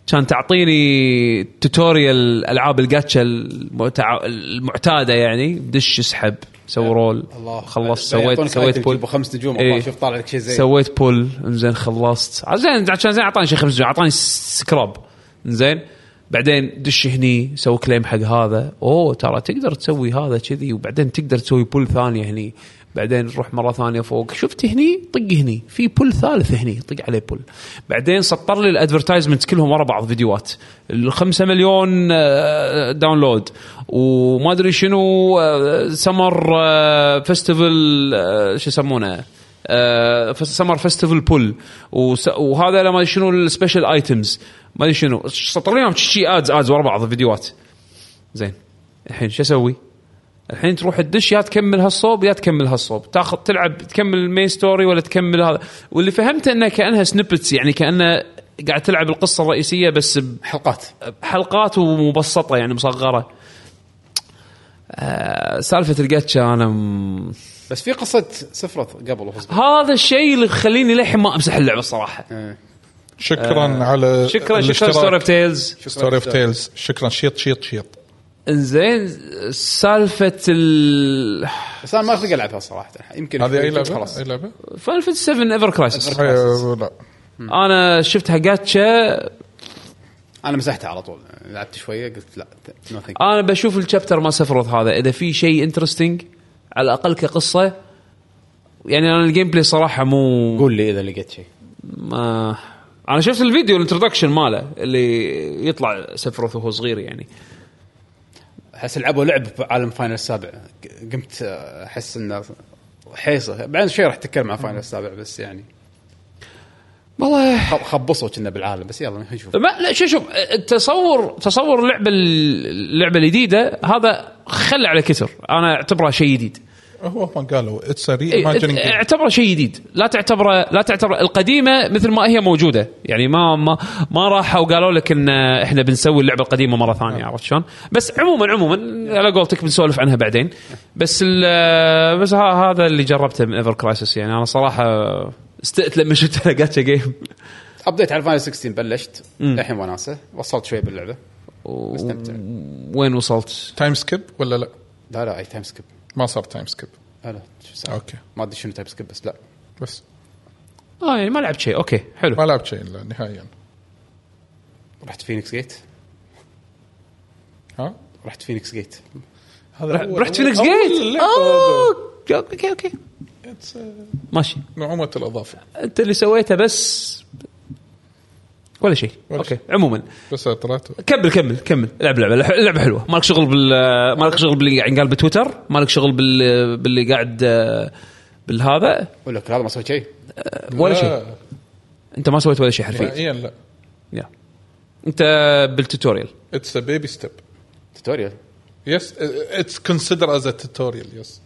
كان تعطيني توتوريال العاب الجاتشا المعتع... المعتاده يعني دش اسحب سوي رول خلصت سويت سويت
بول
بول
خمس نجوم
إيه.
الله، شوف طالع لك شيء زين
سويت بول زين خلصت زين عشان زين اعطاني شيء خمس دجاج اعطاني سكراب زين بعدين دش هني سوي كليم حق هذا اوه ترى تقدر تسوي هذا كذي وبعدين تقدر تسوي بول ثانيه هني بعدين روح مره ثانيه فوق شفت هني طق هني في بول ثالث هني طق عليه بول بعدين سطر لي الادفرتايزمنت كلهم ورا بعض فيديوهات الخمسة مليون آه، داونلود وما ادري شنو آه، سمر آه، فيستيفال آه، شو يسمونه سمر فيستيفال بول وهذا لما شنو السبيشل ايتمز ما ادري شنو سطر لهم شي ادز ادز ورا بعض فيديوهات زين الحين شو اسوي؟ الحين تروح تدش يا تكمل هالصوب يا تكمل هالصوب تاخذ تلعب تكمل المين ستوري ولا تكمل هذا واللي فهمته انه كانها سنبتس يعني كانه قاعد تلعب القصه الرئيسيه بس ب-
حلقات
حلقات ومبسطه يعني مصغره آه، سالفه الجاتشا انا م...
بس في قصه سفرت قبل وفصل.
هذا الشيء اللي يخليني للحين ما امسح اللعبه الصراحه
إيه.
آه،
شكرا على
شكرا شكرا
الاشتراك.
ستوري اوف تيلز
ستوري اوف تيلز شكرا شيط شيط شيط
انزين سالفه ال
بس انا ما اخلق العبها صراحه يمكن
هذه اي
يمكن
لعبه؟
خلاص
اي لعبه؟
فاينل 7 ايفر كرايسس
آه، لا
انا شفتها جاتشا
انا مسحتها على طول لعبت شويه قلت لا نو ثانك
انا بشوف الشابتر ما سفرت هذا اذا في شيء انترستنج على الاقل كقصه يعني انا الجيم بلاي صراحه مو
قول لي اذا لقيت شيء
ما انا شفت الفيديو الانترودكشن ماله اللي يطلع سفروث وهو صغير يعني
احس لعبوا لعب بعالم فاينل السابع ق- قمت آه، احس انه حيصه بعدين شوي راح اتكلم عن فاينل السابع بس يعني
والله
خ- خبصوا كنا بالعالم بس يلا خلينا نشوف
ما لا شوف شوف التصور تصور اللعبه اللعبه الجديده هذا خل على كثر انا اعتبره شيء جديد
هو ما قالوا اتس
إيه،
ريماجينج
اعتبره شيء جديد لا تعتبره لا تعتبره القديمه مثل ما هي موجوده يعني ما ما ما راحوا وقالوا لك ان احنا بنسوي اللعبه القديمه مره ثانيه عرفت شلون؟ بس عموما عموما على قولتك بنسولف عنها بعدين بس ال- بس ه- هذا اللي جربته من ايفر كرايسس يعني انا صراحه استئت لما شفت جاتشا جيم
ابديت على فاينل 16 بلشت الحين وناسه وصلت شوي باللعبه مستمتع
وين وصلت؟
تايم سكيب ولا لا؟
لا لا اي تايم سكيب
ما صار تايم سكيب
لا لا شو سالفة؟
اوكي
ما ادري شنو تايم سكيب بس لا
بس
اه يعني ما لعبت شيء اوكي حلو
ما لعبت شيء إلا نهائيا
رحت فينيكس جيت
ها؟
رحت فينيكس جيت
هذا
رح-
هو-
رحت فينيكس
أول
جيت آه،
لعبة
اوه اوكي اوكي
It's, uh,
ماشي
نعومه الاضافه
انت اللي سويته بس ولا شيء
ولا
اوكي
شيء.
عموما
بس طلعت
كمل كمل كمل لعب لعبه لح- لعبه حلوه مالك شغل بال مالك شغل باللي قاعد ينقال بتويتر مالك شغل بال باللي قاعد آه، بالهذا
اقول لك هذا ما سويت شيء
ولا
لا،
شيء انت ما سويت ولا شيء حرفيا
نهائيا لا
يا. انت بالتوتوريال
اتس ا بيبي ستيب
توتوريال
يس اتس كونسيدر از ا توتوريال يس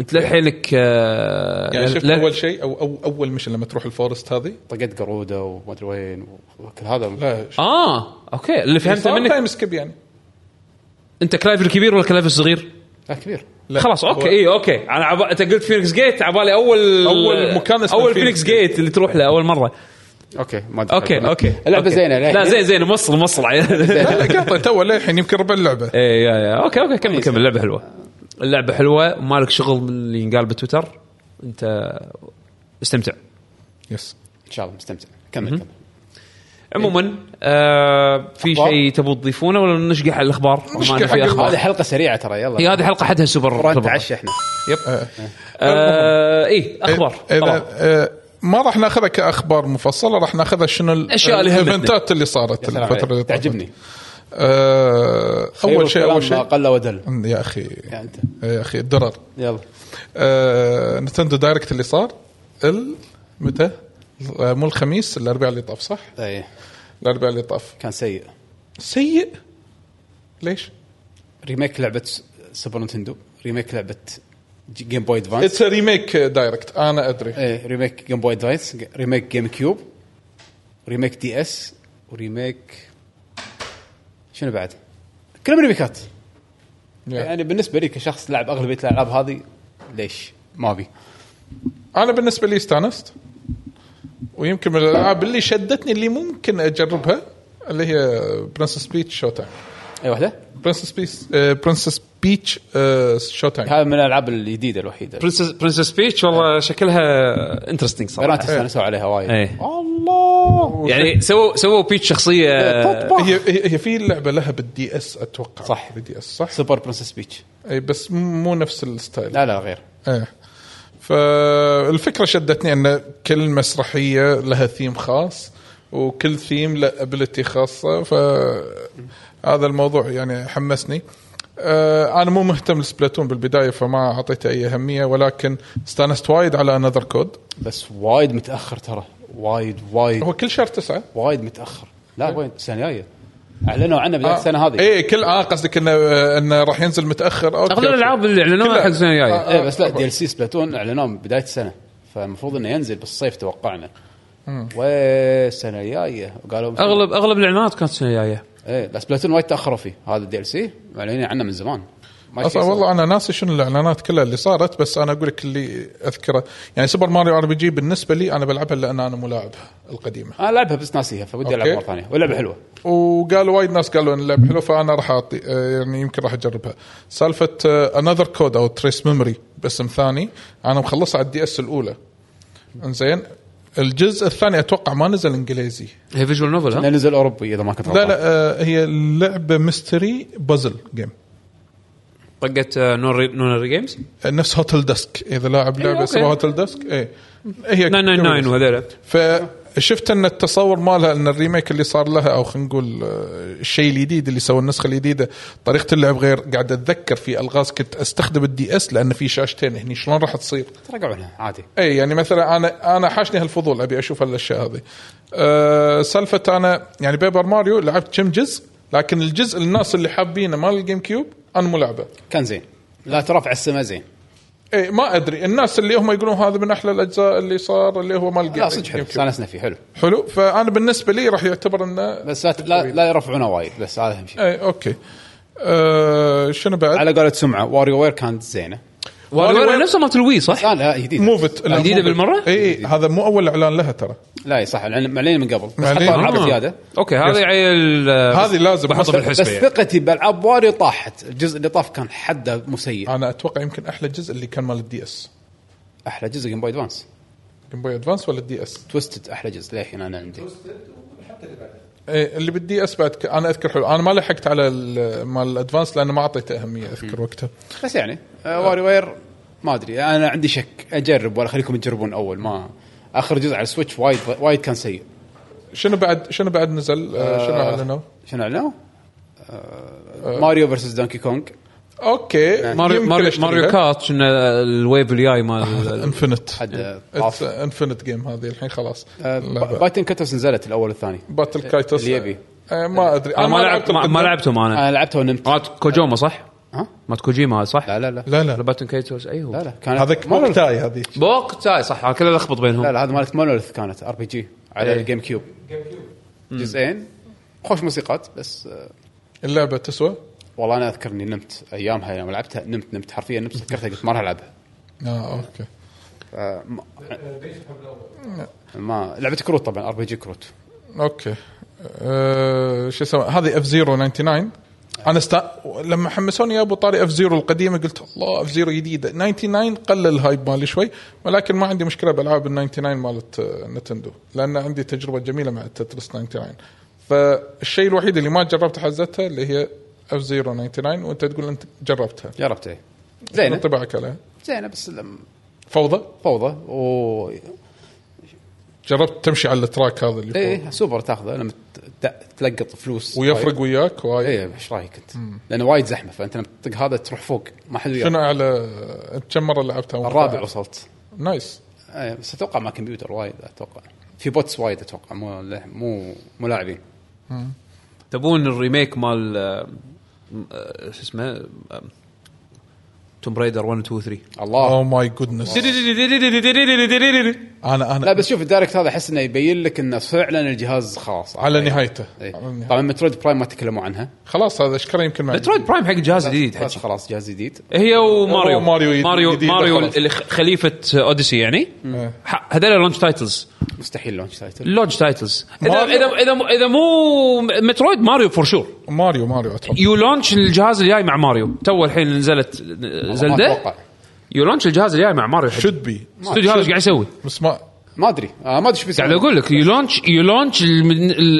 انت لحيلك
يعني شفت
يعني
اول شيء او أو- اول مشن لما تروح الفورست هذه
طقت قروده وما ادري وين وكل هذا
لا
اه اوكي اللي فهمته منك
تايم سكيب يعني
انت كلايف الكبير ولا كلايف الصغير؟
لا كبير
لا،
خلاص
هو-
اوكي اي اوكي انا عب... انت قلت فينيكس جيت عبالي اول
أول مكان اسمه
اول
فينيكس
فينيكس جيت اللي تروح له اول مره
اوكي ما أدري.
اوكي اوكي
اللعبه
أوكي.
زينه
لا زين زين مصر مصر
لا لا إيه، قاطع تو للحين يمكن ربع اللعبه
اي يا يا اوكي اوكي كمل كمل اللعبه حلوه اللعبه حلوه مالك شغل من اللي ينقال بتويتر انت استمتع
يس
ان شاء الله مستمتع كمل كمل
عموما آه في
أخبار؟
شيء تبون تضيفونه ولا نشقح على الاخبار؟
نشقح
ما في
على
اخبار
هذه حلقه سريعه ترى
هي
يلا
هذه حلقه حدها سوبر
ورانا
خبر.
نتعشى احنا
يب
آه.
آه اي اخبار
اذا
خلاص.
آه، ما راح ناخذها كاخبار مفصله راح ناخذها شنو ال-
الأشياء اللي همتنا.
الايفنتات اللي صارت
سلام عليك.
الفتره اللي طافت.
تعجبني
آه، اول شيء اول
ما
شيء
قل ودل
يا اخي
يا انت
يا اخي الدرر
يلا
آه، نتندو دايركت اللي صار ال متى؟ آه، مو الخميس الاربعاء اللي طاف صح؟
اي
الاربعاء اللي طاف
إيه، كان سيء
سيء ليش؟
ريميك لعبه س- سوبر نتندو ريميك لعبه ج- جيم بوي ادفانس
اتس ريميك دايركت انا ادري
ايه ريميك جيم بوي ادفانس ج- ريميك جيم كيوب ريميك دي اس وريميك شنو بعد؟ كلهم ريميكات
يعني
يعني بالنسبه لي كشخص لعب اغلبيه الالعاب هذه ليش؟ ما ابي
انا بالنسبه لي استانست ويمكن من الالعاب اللي شدتني اللي ممكن اجربها اللي هي برنسس بيتش شو تايم
اي واحده؟
برنسس بيتش برنسس بيتش شو تايم
هذا من الالعاب الجديده الوحيده
برنسس برنسس بيتش والله شكلها انترستنج صراحه
بنات استانسوا عليها وايد
إيه.
الله
يعني سووا سووا بيتش شخصيه
هي هي- هي في لعبه لها بالدي اس اتوقع
صح.
بالدي اس صح
سوبر برنسس بيتش
اي بس مو نفس الستايل
لا لا غير
ايه فالفكره شدتني ان كل مسرحيه لها ثيم خاص وكل ثيم له ابيلتي خاصه فهذا الموضوع يعني حمسني آه، انا مو مهتم لسبلاتون بالبدايه فما اعطيته اي اهميه ولكن استانست وايد على انذر كود
بس وايد متاخر ترى وايد وايد
هو إيه. كل شهر تسعه
وايد متاخر لا وين السنه الجايه اعلنوا عنه
آه.
بدايه السنه هذه
اي كل اه قصدك انه انه راح ينزل متاخر اوكي
اغلب الالعاب اللي اعلنوها
كلها.
حق السنه الجايه
آه.
إيه بس لا دي ال سي سبلاتون اعلنوه من بدايه السنه فالمفروض انه ينزل بالصيف توقعنا والسنه الجايه قالوا
اغلب اغلب الاعلانات كانت السنه الجايه
ايه بس سبلاتون وايد تاخروا فيه هذا الدي ال سي معلنين عنه من زمان ما
اصلا والله انا ناسي شنو الاعلانات كلها اللي صارت بس انا اقول لك اللي اذكره يعني سوبر ماريو ار بي جي بالنسبه لي انا بلعبها لان انا ملاعبها القديمه
انا آه، لعبها بس ناسيها فودي العبها
أوكي.
مره ثانيه واللعبه حلوه
وقالوا وايد ناس قالوا ان اللعبه حلوه فانا راح اعطي آه، يعني يمكن راح آه، اجربها سالفه انذر كود او تريس ميموري باسم ثاني انا مخلصها على الدي اس الاولى انزين الجزء الثاني اتوقع ما نزل انجليزي
هي فيجوال نوفل
لأنه
ها
نزل اوروبي اذا ما كنت
لا
غلطان
لا آه، هي لعبه ميستري بازل جيم
طقت آه، نونري نونري جيمز
نفس هوتل دسك اذا لاعب لعبه
أوكي.
اسمها هوتل دسك اي هي
999 وهذول
فشفت ان التصور مالها ان الريميك اللي صار لها او خلينا نقول آه، الشيء الجديد اللي سوى النسخه الجديده طريقه اللعب غير قاعد اتذكر في الغاز كنت استخدم الدي اس لان في شاشتين هني شلون راح تصير
ترى قعدنا عادي
اي يعني مثلا انا انا حاشني هالفضول ابي اشوف هالاشياء هذه أه سالفه انا يعني بيبر ماريو لعبت كم جزء لكن الجزء الناس اللي حابينه مال الجيم كيوب انا مو لعبه
كان زين لا ترفع السما زين
اي إيه، ما ادري الناس اللي هم يقولون هذا من احلى الاجزاء اللي صار اللي هو مال
لا
الجيم
صدق حلو
جيم كيوب.
استانسنا فيه حلو
حلو فانا بالنسبه لي راح يعتبر انه
بس لا لا, لا يرفعونه وايد بس هذا اهم شيء
اي اوكي إيه، أه شنو بعد؟
على قولة سمعه واريو وير كانت زينه
وهذول نفسه مالت الوي صح؟
الان لا جديده
موفت لا،
جديدة
موفت.
بالمرة؟
اي إيه، هذا مو اول اعلان لها ترى
لا أي صح لأن معلنين من قبل بس
معلنين.
حطوا العاب
آه.
زياده
اوكي هذه عيل آه،
هذه لازم
بحطها
بس-
بالحسبه
بس
يعني.
ثقتي بالعاب واريو طاحت الجزء اللي طاف كان حده مو سيء
انا اتوقع يمكن احلى جزء اللي كان مال الدي اس
احلى جزء جيم بوي ادفانس
جيم بوي ادفانس ولا الدي اس؟
توستد احلى جزء للحين انا عندي
إيه اللي بالدي اس بعد ك- انا اذكر حلو انا ما لحقت على ال- مال الادفانس لانه ما اعطيته اهميه اذكر وقتها
بس يعني آه، واري وير ما ادري انا عندي شك اجرب ولا خليكم تجربون اول ما اخر جزء على السويتش وايد وايد كان سيء
شنو بعد شنو بعد نزل؟
أه،
آه، شنو اعلنوا؟
شنو اعلنوا؟ آه، ماريو فيرسس دونكي كونغ
اوكي
ماريو ماريو ماريو كات كنا الويف الجاي مال
انفنت
حد طاف
انفنت جيم هذه الحين خلاص
أه،
اللعبة.
آه، بايتن كتس نزلت الاول والثاني
باتل كايتس
اللي يبي.
آه، ما ادري
انا ما لعبت ما ما
آه.
القدم.
لعبتهم انا
انا لعبتها ونمت
آه، كوجوما صح؟
ها؟
مات كوجيما صح؟
لا لا لا
لا لا
باتون كيتوس اي هو
لا لا كانت
هذاك
مونوليث.
موكتاي هذيك
بوك تاي أيوه. آه، صح انا كله الخبط بينهم
لا لا هذا مالت مونوليث كانت ار بي جي على
إيه.
الجيم كيوب جزئين خوش موسيقات بس آه،
اللعبه تسوى؟
والله انا اذكرني نمت ايامها يوم لعبتها نمت نمت حرفيا نمت سكرتها قلت ما راح العبها
اه اوكي
آه، ما- ما لعبه كروت طبعا ار بي جي كروت
اوكي أه شو اسمه هذه اف زيرو 99 انا استا... لما حمسوني يا ابو طاري اف زيرو القديمه قلت الله اف زيرو جديده 99 قل الهايب مالي شوي ولكن ما عندي مشكله بالعاب ال 99 مالت آه، نتندو لان عندي تجربه جميله مع تترس 99 فالشيء الوحيد اللي ما جربته حزتها اللي هي اف زيرو 99 وانت تقول انت جربتها
جربت ايه زينه
انطباعك عليها
زينه بس لم-
فوضى
فوضى و
جربت تمشي على التراك هذا اللي فوق
ايه سوبر تاخذه لما ت- تلقط فلوس
ويفرق وياك وايد
ايه ايش رايك انت؟ لانه وايد زحمه فانت لما تطق هذا تروح فوق ما حد وياك
شنو اعلى انت كم مره لعبتها
الرابع وصلت
نايس
ايه بس اتوقع مع كمبيوتر وايد اتوقع في بوتس وايد اتوقع مو مو مو لاعبين
تبون الريميك مال آه، آه، شو اسمه توم برايدر 1 2 3
الله
اوه ماي جودنس انا
لا
انا
بس شوف الدايركت هذا احس انه يبين لك انه فعلا الجهاز خلاص
على نهايته
إيه.
على نهايته.
طبعا مترويد برايم ما تكلموا عنها
خلاص هذا اشكره يمكن معي
مترويد برايم حق جهاز جديد
بس
حكي.
خلاص جهاز جديد
هي وماريو
هو ماريو جديد-
ماريو
جديد
ماريو
خلاص.
اللي خ- خليفه اوديسي يعني
إيه.
ح- هذول لونش تايتلز
مستحيل لونش تايتل
لونش تايتلز اذا
ماريو.
اذا اذا اذا مو مترويد ماريو فور شور
ماريو ماريو اتوقع
يو لونش الجهاز الجاي مع ماريو تو الحين نزلت آه،
ما
زلده
اتوقع
يو لونش الجهاز الجاي مع ماريو حكي.
شود بي
استوديو هذا ايش قاعد يسوي؟
بس ما
ما ادري آه ما ادري شو بيسوي
قاعد اقول لك يو لونش يو لونش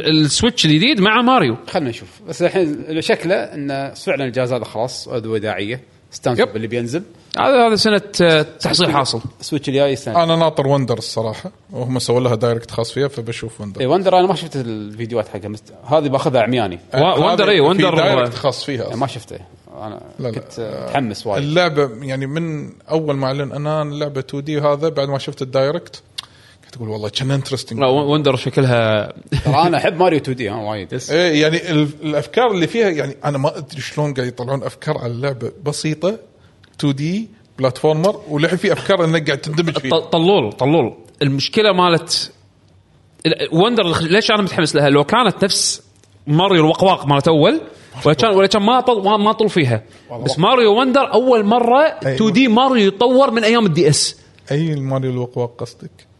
السويتش الجديد مع ماريو
خلينا نشوف بس الحين شكله انه فعلا الجهاز هذا خلاص عقد وداعيه ستانفورد اللي بينزل
هذا هذا سنه آه، تحصيل حاصل
سويتش الجاي السنه
انا ناطر وندر الصراحه وهم سووا لها دايركت خاص فيها فبشوف وندر
اي وندر انا إيه، ما شفت الفيديوهات حقها مست... هذه باخذها عمياني
وا-
هذا
وندر إيه،
في
وندر-
دايركت خاص فيها
يعني
أصلاً.
ما شفته انا
لا،
لا
لا.
كنت آه، متحمس وايد
اللعبه يعني من اول ما اعلن انا اللعبه 2 دي هذا بعد ما شفت الدايركت كنت اقول والله كان انترستنج
لا وندر شكلها
ترى انا احب ماريو 2 دي ها وايد
ايه يعني ال- الافكار اللي فيها يعني انا ما ادري شلون قاعد يطلعون افكار على اللعبه بسيطه 2 دي بلاتفورمر وللحين في افكار انك قاعد تندمج فيها
ط- طلول طلول المشكله مالت ال- وندر الخ- ليش انا متحمس لها لو كانت نفس ماريو الوقواق مالت اول ولا كان ولا كان ما طل ما- ما طل فيها بس ماريو وندر اول مره 2 دي ماريو يتطور من ايام الدي اس
اي الماريو الوقواق قصدك؟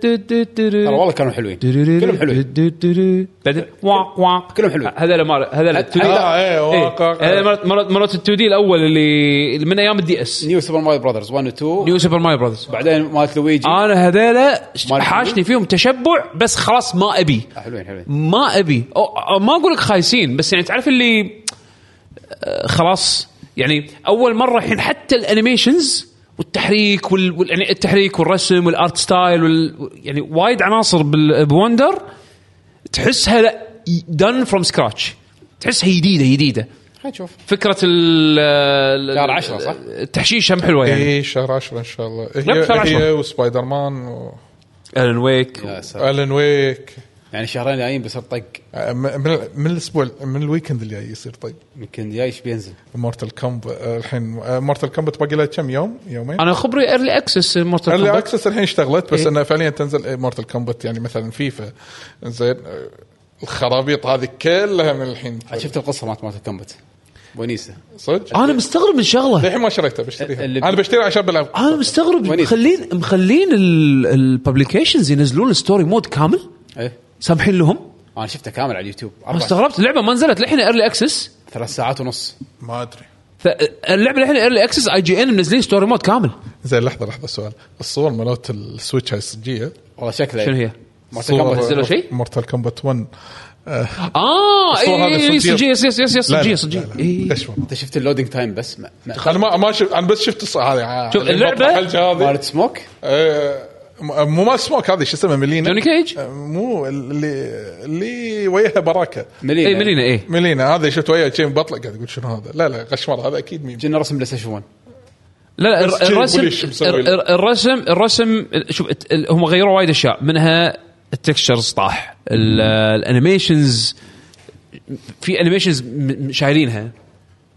ترى والله كانوا حلوين كلهم حلوين
حلوين بعدين واق واق
كلهم حلوين.
هذا ماريو هذا
حتى-
2
آه،
إيه، واق-
هذا مرات- مرات مرات ال 2 دي الاول اللي من ايام الدي اس
نيو سوبر ماريو براذرز 1 و 2
نيو سوبر ماريو براذرز
بعدين مالت لويجي
آه.
انا هذيلا
مال
حاشني فيهم تشبع بس خلاص ما ابي
آه، حلوين حلوين
ما ابي أو أو ما اقول لك خايسين بس يعني تعرف اللي آه، خلاص يعني اول مره الحين حتى الانيميشنز والتحريك وال... وال... يعني التحريك والرسم والارت ستايل وال... يعني وايد عناصر بال... بوندر تحسها لا دن فروم سكراتش تحسها جديده جديده
خلينا نشوف
فكره ال ال-
شهر عشرة، صح؟
التحشيش هم حلوه يعني
اي إيه، شهر 10 ان شاء الله
نعم،
هي,
شهر
هي
عشرة.
وسبايدر مان
الن ويك
يا سلام.
والن ويك
يعني شهرين جايين بيصير طق
آه، م- من, من الاسبوع من الويكند اللي جاي يصير طيب
يمكن جاي ايش بينزل
مورتال كومب آه، الحين مورتال كومب باقي لها كم يوم يومين
انا خبري ايرلي اكسس مورتال
اللي
كومبات
اكسس الحين اشتغلت بس
إيه.
انها فعليا تنزل مورتال كومبات يعني مثلا فيفا زين آه، الخرابيط هذه كلها من الحين
آه، شفت القصه مالت مالت الكمبت بونيسه
صدق
انا مستغرب من شغله
للحين ما شريتها بشتريها
اللي-
انا بشتريها عشان بلعب
انا مستغرب
ونيس.
مخلين مخلين الببليكيشنز ينزلون الستوري مود كامل
ايه
سامحين لهم
انا شفته كامل على اليوتيوب
انا
اربع
استغربت اللعبه ما نزلت للحين ايرلي اكسس
ثلاث ساعات ونص
ما ادري
اللعبه للحين ايرلي اكسس اي جي ان منزلين ستوري مود كامل
زين لحظه لحظه سؤال الصور مالت السويتش هاي الصجيه
والله شكله
شنو هي؟
مالت
صور
الكمبت
نزلوا شيء؟
مورتال كومبات 1
اه
الصور
إي-
هذه
إي- إي،
صجية.
صجيه يس يس يس يس إيه.
لا،
صجيه
لا،
صجيه
لا، لا.
إي.
ليش والله؟
انت شفت اللودنج تايم بس ما ما
انا ما ما شفت انا بس شفت الص- هذه
شوف، اللعبة-
الحلقه هذه
مالت سموك
آه، م- مو مال سموك هذه شو اسمها ميلينا
جوني كيج؟
آه، مو اللي اللي وياها براكه
ملينا
اي إيه، ملينا اي
ميلينا هذا شفت وياها شيء بطلق قاعد اقول شنو هذا لا لا غشمر هذا اكيد ميم
جبنا رسم بلاي ستيشن 1
لا لا
بس
الر-
جيم
الرسم
بوليش مسوي
الر-
له.
الر- الرسم الرسم شوف الت- ال- هم غيروا وايد اشياء منها التكشرز طاح ال- الانيميشنز في انيميشنز شايلينها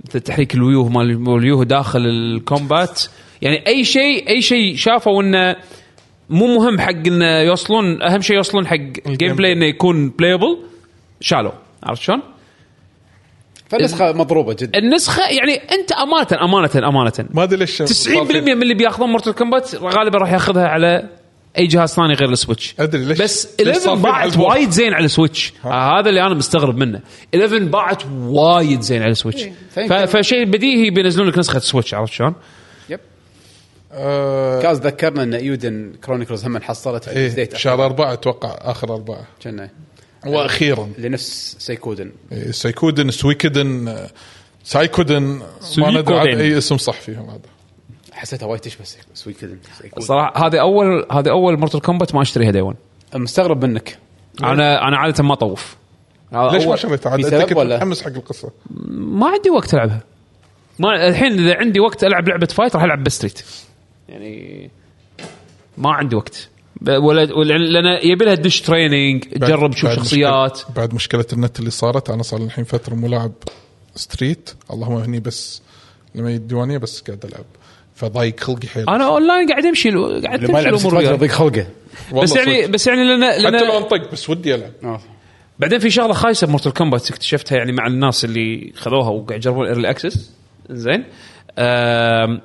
مثل تحريك الويوه مال الويوه داخل الكومبات يعني اي شيء اي شيء شافوا انه مو مهم حق انه يوصلون اهم شيء يوصلون حق الجيم بلاي انه يكون بلايبل شالوا عرفت شلون؟
فالنسخه
إيه.
مضروبه جدا
النسخه يعني انت امانه امانه امانه
ما ادري ليش
90% من اللي بياخذون مورتال كومبات غالبا راح ياخذها على اي جهاز ثاني غير السويتش
أدري ليش-
بس
ليش صار
11
فيها
باعت
البورت؟
وايد زين على السويتش آه هذا اللي انا مستغرب منه 11 باعت وايد زين على السويتش
فيمكن-
ف- فشيء بديهي بينزلون لك نسخه سويتش عرفت شلون؟
يب
آه،
كاز ذكرنا ان ايودن كرونيكلز هم حصلت على
إيه
البلاي
شهر أربعة أتوقع آخر أربعة
كنا
إيه.
وأخيرا
اللي نفس سيكودن
إيه، سيكودن سويكودن آه، سايكودن ما ندري عاد
سويكودن.
أي اسم صح فيهم هذا
حسيتها وايد تشبه سيك- سيكودن سيكودن
صراحه هذه اول هذه اول مورتال كومبات ما اشتريها دايون
مستغرب منك
انا انا عاده ما اطوف هذا
إيه. ليش ما
أول-
شريته
في
عاد
سبب
أنت كنت
ولا؟
متحمس حق القصة
ما عندي وقت العبها ما الحين اذا عندي وقت العب لعبه فايت راح العب بستريت يعني ما عندي وقت ب- ولا ولا- لان يبي لها دش تريننج
بعد-
تجرب شوف
بعد
شخصيات
مشكلة بعد مشكلة النت اللي صارت أنا صار لي الحين فترة ملاعب ستريت اللهم هني بس لما الديوانية بس قاعد ألعب فضايق خلقي حيل
انا اونلاين قاعد امشي ال- قاعد
اللي ما
تمشي
يلعب
الامور وياي.
ضيق خلقه آه.
والله
بس يعني
صدق.
بس يعني لان
حتى لو
لان
انطق بس ودي ألعب
بعدين في شغله خايسه بمورتال كومبات اكتشفتها يعني مع الناس اللي خذوها وقاعد يجربون ايرلي اكسس زين آم،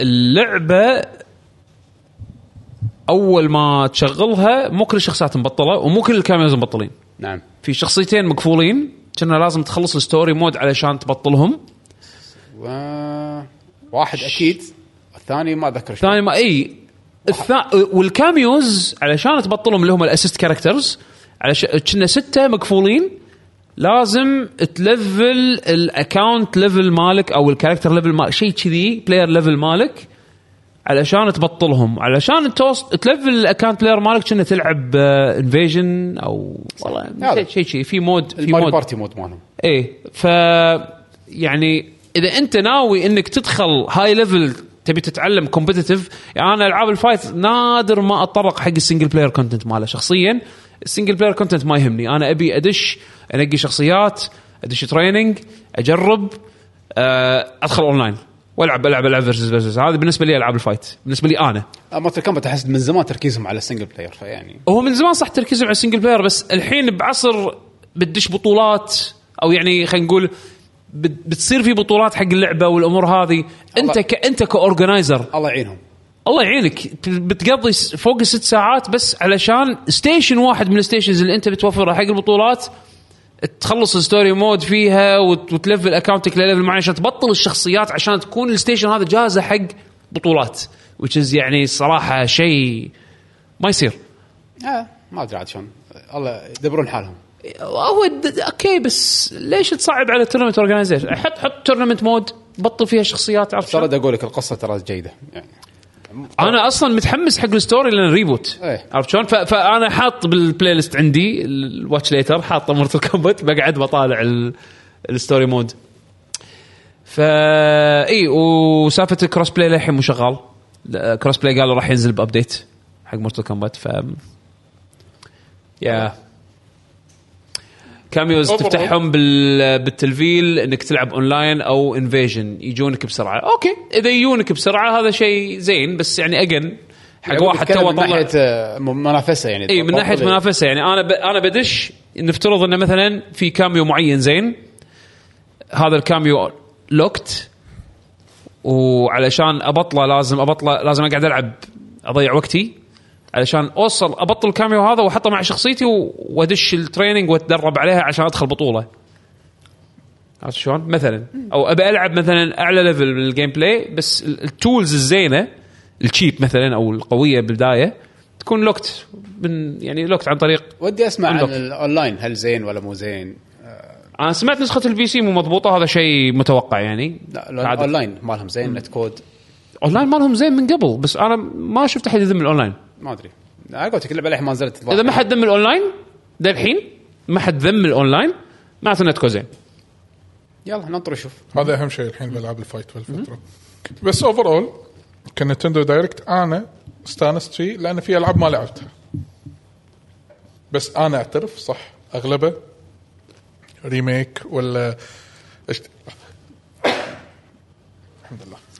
اللعبه اول ما تشغلها مو كل الشخصيات مبطله ومو كل الكاميرز مبطلين
نعم
في شخصيتين مقفولين كنا لازم تخلص الستوري مود علشان تبطلهم
و... واحد اكيد والثاني ما اذكر شو
ثاني طيب، ما اي الثا... والكاميوز علشان تبطلهم اللي هم الاسيست كاركترز علشان كنا سته مقفولين لازم تلفل الاكونت ليفل مالك او الكاركتر ليفل مالك شيء كذي بلاير ليفل مالك علشان تبطلهم علشان توص... تلفل الاكونت بلاير مالك كنا تلعب انفيجن او والله
هذا.
شيء شيء شي. في مود في
الماري
مود
بارتي مود مالهم
ايه ف يعني اذا انت ناوي انك تدخل هاي ليفل تبي تتعلم كومبتتف يعني انا العاب الفايت نادر ما اتطرق حق السنجل بلاير كونتنت ماله شخصيا السنجل بلاير كونتنت ما يهمني انا ابي ادش انقي شخصيات ادش تريننج اجرب آه، ادخل اونلاين والعب العب العب فيرسز فيرسز هذه بالنسبه لي العاب الفايت بالنسبه لي انا
مالت الكومبات احس من زمان تركيزهم على السنجل بلاير فيعني
هو من زمان صح تركيزهم على السنجل بلاير بس الحين بعصر بتدش بطولات او يعني خلينا نقول بت- بتصير في بطولات حق اللعبه والامور هذه انت
الله-
ك... انت كاورجنايزر
الله يعينهم
الله يعينك بت- بتقضي س- فوق الست ساعات بس علشان ستيشن واحد من الستيشنز اللي انت بتوفرها حق البطولات تخلص الستوري مود فيها وت- وتلفل اكونتك لليفل معين عشان تبطل الشخصيات عشان تكون الستيشن هذا جاهزه حق بطولات وتشز يعني الصراحه شيء ما يصير
آه ما ادري عاد شلون الله يدبرون حالهم
هو د- اوكي بس ليش تصعب على التورنمنت اورجنايزيشن؟ حط حط تورنمنت مود بطل فيها شخصيات عرفت شلون؟
ترى دا اقول لك القصه ترى جيده يعني
انا اصلا متحمس حق الستوري لان ريبوت
إيه.
عرفت شلون؟ ف- فانا حاط بالبلاي ليست عندي الواتش ليتر حاطه مرت الكومبات بقعد بطالع ال- الستوري مود. فا اي وسالفه الكروس بلاي للحين مو شغال لا، كروس بلاي قالوا راح ينزل بابديت حق مورتال كومبات ف يا كاميوز
Overall.
تفتحهم بال... بالتلفيل انك تلعب اونلاين او انفيجن يجونك بسرعه اوكي اذا يجونك بسرعه هذا شيء زين بس يعني اجن حق واحد
نتكلم
تو
من
طلع
ناحيه آه، م- منافسه يعني
اي إيه، من
طب-
ناحيه
طب-
منافسه يعني انا ب... انا بدش نفترض انه مثلا في كاميو معين زين هذا الكاميو لوكت وعلشان ابطله لازم ابطله لازم اقعد العب اضيع وقتي علشان اوصل ابطل الكاميو هذا واحطه مع شخصيتي و- وادش التريننج واتدرب عليها عشان ادخل بطوله عرفت شلون؟ مثلا او ابي العب مثلا اعلى ليفل من الجيم بلاي بس ال- التولز الزينه التشيب مثلا او القويه بالبدايه تكون لوكت من يعني لوكت عن طريق
ودي اسمع عن
عندك.
الاونلاين هل زين ولا مو زين
انا سمعت نسخه البي سي مو مضبوطه هذا شيء متوقع يعني
لا
عادة.
الاونلاين مالهم زين نت كود
اونلاين مالهم زين من قبل بس انا ما شفت احد يذم الاونلاين
ما ادري انا قلت لك اللعبه للحين ما نزلت
اذا ما حد ذم الاونلاين للحين ما حد ذم الاونلاين معناته نتكو زين
يلا ننطر نشوف
هذا اهم شيء الحين بالعاب الفايت بالفتره بس اوفر اول كان نتندو دايركت انا استانست فيه لان في العاب ما لعبتها بس انا اعترف صح اغلبها ريميك ولا اشت...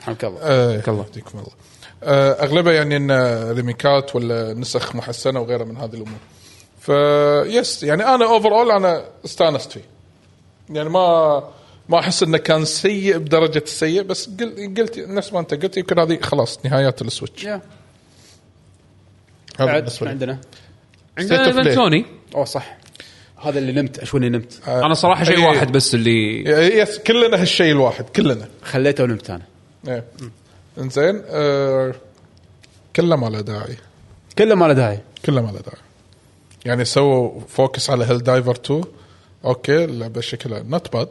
حمك الله
آه
الله.
يعطيكم الله آه اغلبها يعني ان ريميكات ولا نسخ محسنه وغيرها من هذه الامور ف يس يعني انا اوفر اول انا استانست فيه يعني ما ما احس انه كان سيء بدرجه السيء بس قل- قلت نفس ما انت قلت يمكن هذه خلاص نهايات السويتش
يا
هذا
بعد
بالنسبه لي
عندنا
عندنا
State of
ايفنت
Play.
سوني
اوه صح هذا اللي نمت اشوي اللي نمت
انا صراحه شيء
إيه.
واحد بس اللي
يس كلنا هالشيء الواحد كلنا
خليته ونمت انا
إيه. انزين آه كله ما له داعي
كله ما له داعي
كله ما له داعي يعني سووا فوكس على هيل دايفر 2 اوكي اللعبه شكلها نوت باد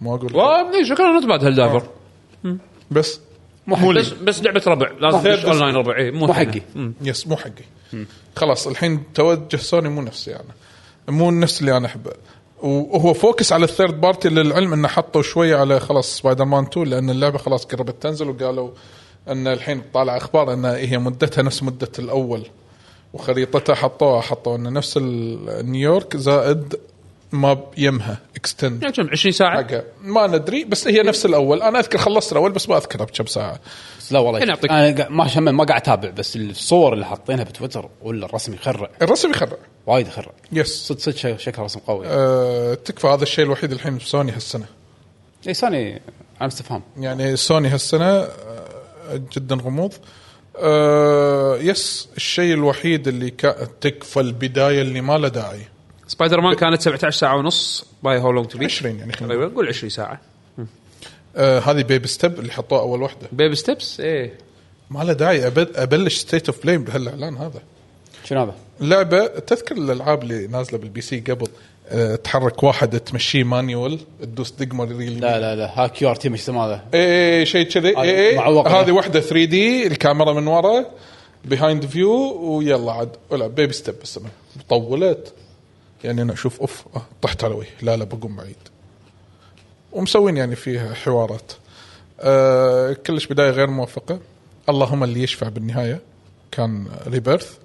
ما اقول
والله إيه، شكلها نوت باد هالدايفر
بس
مو بس بس لعبه ربع لازم
حقي.
تدش اونلاين ربع اي مو
مو
حقنا.
حقي.
مم.
يس مو حقي خلاص الحين توجه سوني مو نفسي انا مو نفس اللي انا احبه وهو فوكس على الثيرد بارتي للعلم انه حطوا شويه على خلاص سبايدر مان 2 لان اللعبه خلاص قربت تنزل وقالوا ان الحين طالع اخبار ان هي مدتها نفس مده الاول وخريطتها حطوها حطوا ان نفس ال- نيويورك زائد ما يمها اكستند
يعني كم 20 ساعه
حقها ما ندري بس هي نفس الاول انا اذكر خلصت الاول بس ما اذكر بكم ساعه
بس لا والله
خليني أعطيك.
انا قا- ما شم ما قاعد اتابع بس الصور اللي حاطينها بتويتر ولا الرسم يخرع
الرسم يخرع
وايد يخرع
يس
صدق صدق شك- شكله رسم قوي
أه تكفى هذا الشيء الوحيد الحين في سوني هالسنه
اي إيه، سوني على استفهام
يعني سوني هالسنه آه، جدا غموض أه يس الشيء الوحيد اللي كا- تكفى البدايه اللي ما له داعي
سبايدر مان كانت 17 ساعه ونص باي هاو لونج تو بي
20 يعني خلينا
تقريبا قول 20 ساعه
أه هذه بيبي ستيب اللي حطوها اول واحده
بيبي ستيبس ايه
ما له داعي أب- ابلش ستيت اوف بلاي بهالاعلان هذا
شنو هذا؟
لعبه تذكر الالعاب اللي نازله بالبي سي قبل أه تحرك واحد تمشيه مانيوال تدوس دقمه ريل
لا لا لا ها كيو ار تي مش اسمه هذا
اي إيه، شيء كذي اي
معوقة.
هذه واحده 3 دي الكاميرا من ورا بيهايند فيو ويلا عاد العب بيبي ستيب اسمها طولت يعني انا اشوف اوف آه طحت على وجهي لا لا بقوم بعيد ومسوين يعني فيها حوارات آه كلش بدايه غير موفقه اللهم اللي يشفع بالنهايه كان ريبيرث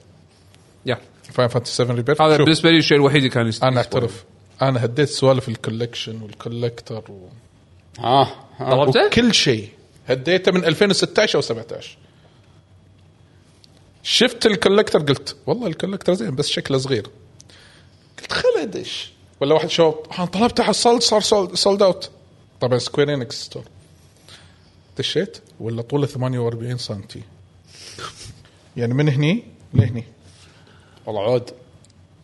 يا
فاين فانتسي 7 ريبيرث
هذا
شوف،
بالنسبه لي الشيء الوحيد اللي كان يستاهل
انا اعترف انا هديت سوالف الكولكشن والكولكتر و...
اه ها.
طلبته؟
كل شيء هديته من 2016 او 17 شفت الكولكتر قلت والله الكولكتر زين بس شكله صغير قلت خل ادش ولا واحد شاب انا طلبته حصلت صار سولد, سولد اوت طبعا سكوير انكس ستور دشيت ولا طوله 48 سم يعني من هني لهني
والله عود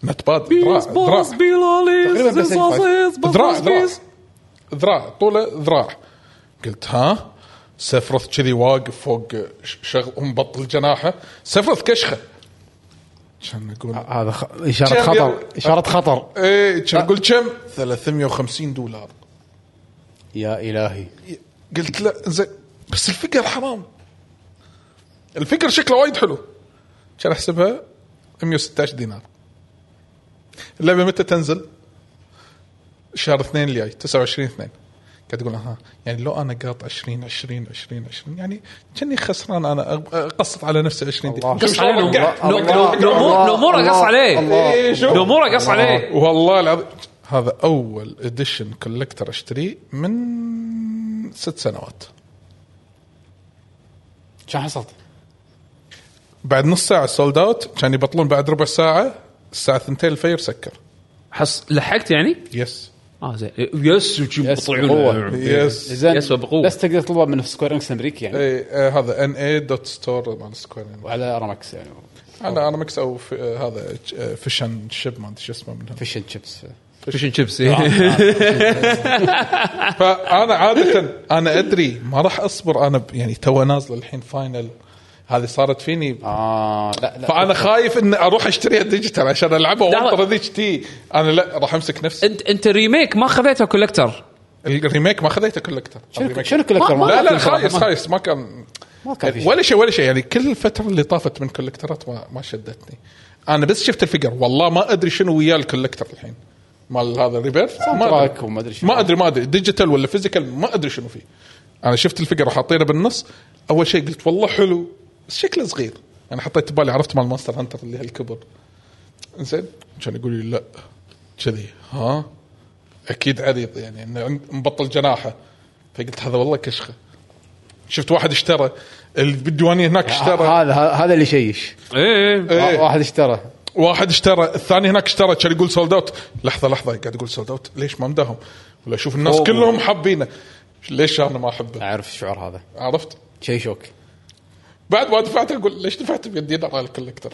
نت باد ذراع ذراع تقريبا بس
يعني
هيك فايت. ذراع ذراع ذراع طوله ذراع قلت ها سفرث كذي واقف فوق ش- شغل ومبطل جناحه سفرث كشخه كان اقول
هذا خ...
كم
اشاره
يلا؟
خطر اشاره خطر
ايه كان اقول كم 350 دولار
يا الهي
قلت لا زين بس الفكر حرام الفكر شكله وايد حلو كان احسبها 116 دينار اللعبه متى تنزل؟ شهر اثنين الجاي 29 اثنين قاعد اقول اها يعني لو انا قاط 20 20 20 20 يعني كاني خسران انا أغ- اقسط على نفسي 20 دينار
قص عليه نومورا قص عليه
إيه، شوف.
نومورا قص عليه
والله العظيم هذا اول اديشن كولكتر اشتريه من ست سنوات
شنو حصلت؟
بعد نص ساعه سولد اوت كان يبطلون بعد ربع ساعه الساعه 2 الفجر سكر
حس لحقت يعني؟
يس
اه زين يس وشي
يس،
بطلعون.
قوة.
يس
زين
يسوى بقوة.
بس تقدر تطلبها من سكوير انكس الامريكي يعني
اي آه هذا ان اي دوت ستور مال سكوير
وعلى ارامكس يعني
انا انا مكس او في آه هذا آه فيشن شيب ما ادري شو اسمه منها
فيش اند شيبس
فيش شيبس
آه.
فانا عاده انا ادري ما راح اصبر انا ب- يعني تو نازله الحين فاينل هذه صارت فيني
اه لا لا
فانا خايف اني اروح اشتريها ديجيتال عشان العبها وانطر ذيك تي انا لا راح امسك نفسي
انت انت ريميك ما خذيته كولكتر
الريميك ما خذيته كولكتر
شنو شنو الكولكتر
ما- ما-
لا لا
كان
خايس
ما-
خايس ما كان
ما كان في شيء.
ولا شيء ولا شيء يعني كل الفتره اللي طافت من كولكترات ما, ما شدتني انا بس شفت الفقر والله ما ادري شنو وياه الكولكتر الحين مال هذا ريبيرث ما
تراك
ادري
وما ادري شنو
ما ادري ما ادري ديجيتال ولا فيزيكال ما ادري شنو فيه انا شفت الفقر وحاطينه بالنص اول شيء قلت والله حلو بس شكله صغير انا حطيت بالي عرفت مال ماستر هانتر اللي هالكبر زين كان يقول لي لا كذي ها اكيد عريض يعني انه عند- مبطل جناحه فقلت هذا والله كشخه شفت واحد اشترى اللي بالديوانيه هناك اشترى
هذا هذا اللي يشيش
ايه
إيه.
واحد اشترى
واحد اشترى الثاني هناك اشترى كان يقول سولد اوت لحظه لحظه قاعد يقول سولد اوت ليش ما مداهم ولا اشوف الناس
أوه.
كلهم حابينه ليش انا ما احبه
اعرف الشعور هذا
عرفت
شيء شوك
بعد ما دفعت اقول ليش دفعت بيدي دينار على الكوليكتر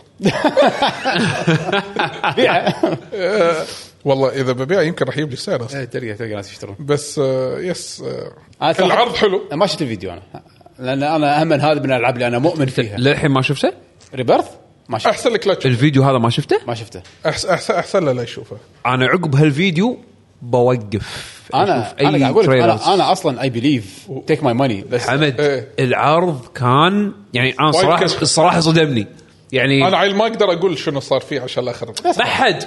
آه، والله اذا ببيع يمكن راح يجيب لي سعر أصلاً.
إيه، تلقى تلقى ناس يشترون
بس آه، يس آه،
أنا صراحة-
العرض حلو
آه، ما شفت الفيديو انا لان انا امل هذا من الالعاب اللي انا مؤمن فيها
إيه. للحين ما شفته؟
ريبيرث ما شفته
احسن لك لا تشوف
الفيديو هذا ما شفته؟
ما شفته
احسن احسن, أحسن له لا يشوفه
انا عقب هالفيديو بوقف
انا
أشوف
انا قاعد اقول لك،
trailers.
انا انا اصلا اي بليف تيك ماي ماني بس
حمد
إيه.
العرض كان يعني انا صراحه
كشخة.
الصراحه صدمني يعني
إيه.
انا عيل ما اقدر اقول شنو صار فيه عشان لا اخرب
ما حد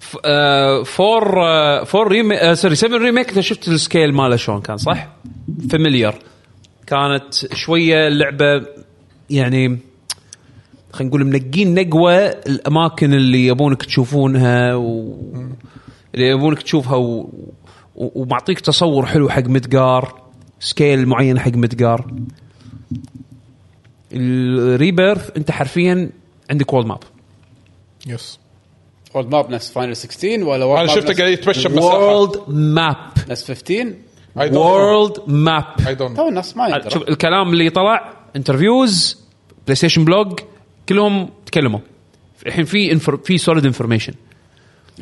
ف- آه، فور آه، فور ريميك آه، سوري 7 ريميك انت شفت السكيل ماله شلون كان صح؟ فاميليار كانت شويه اللعبه يعني خلينا نقول منقين نقوه الاماكن اللي يبونك تشوفونها و... اللي يبونك تشوفها و... و... ومعطيك تصور حلو حق مدقار سكيل معين حق مدقار الريبيرث انت حرفيا عندك وول ماب
يس
وورد ماب نفس فاينل 16 ولا وورد
انا
ماب
شفته
نفس-
قاعد يتمشى بمساحه
وورلد ماب
ناس 15
I don't know.
وورلد ماب
I don't know.
تو الناس ما
شوف
يدرى
الكلام اللي طلع انترفيوز بلاي ستيشن بلوج كلهم تكلموا الحين في انفر في سوليد انفورميشن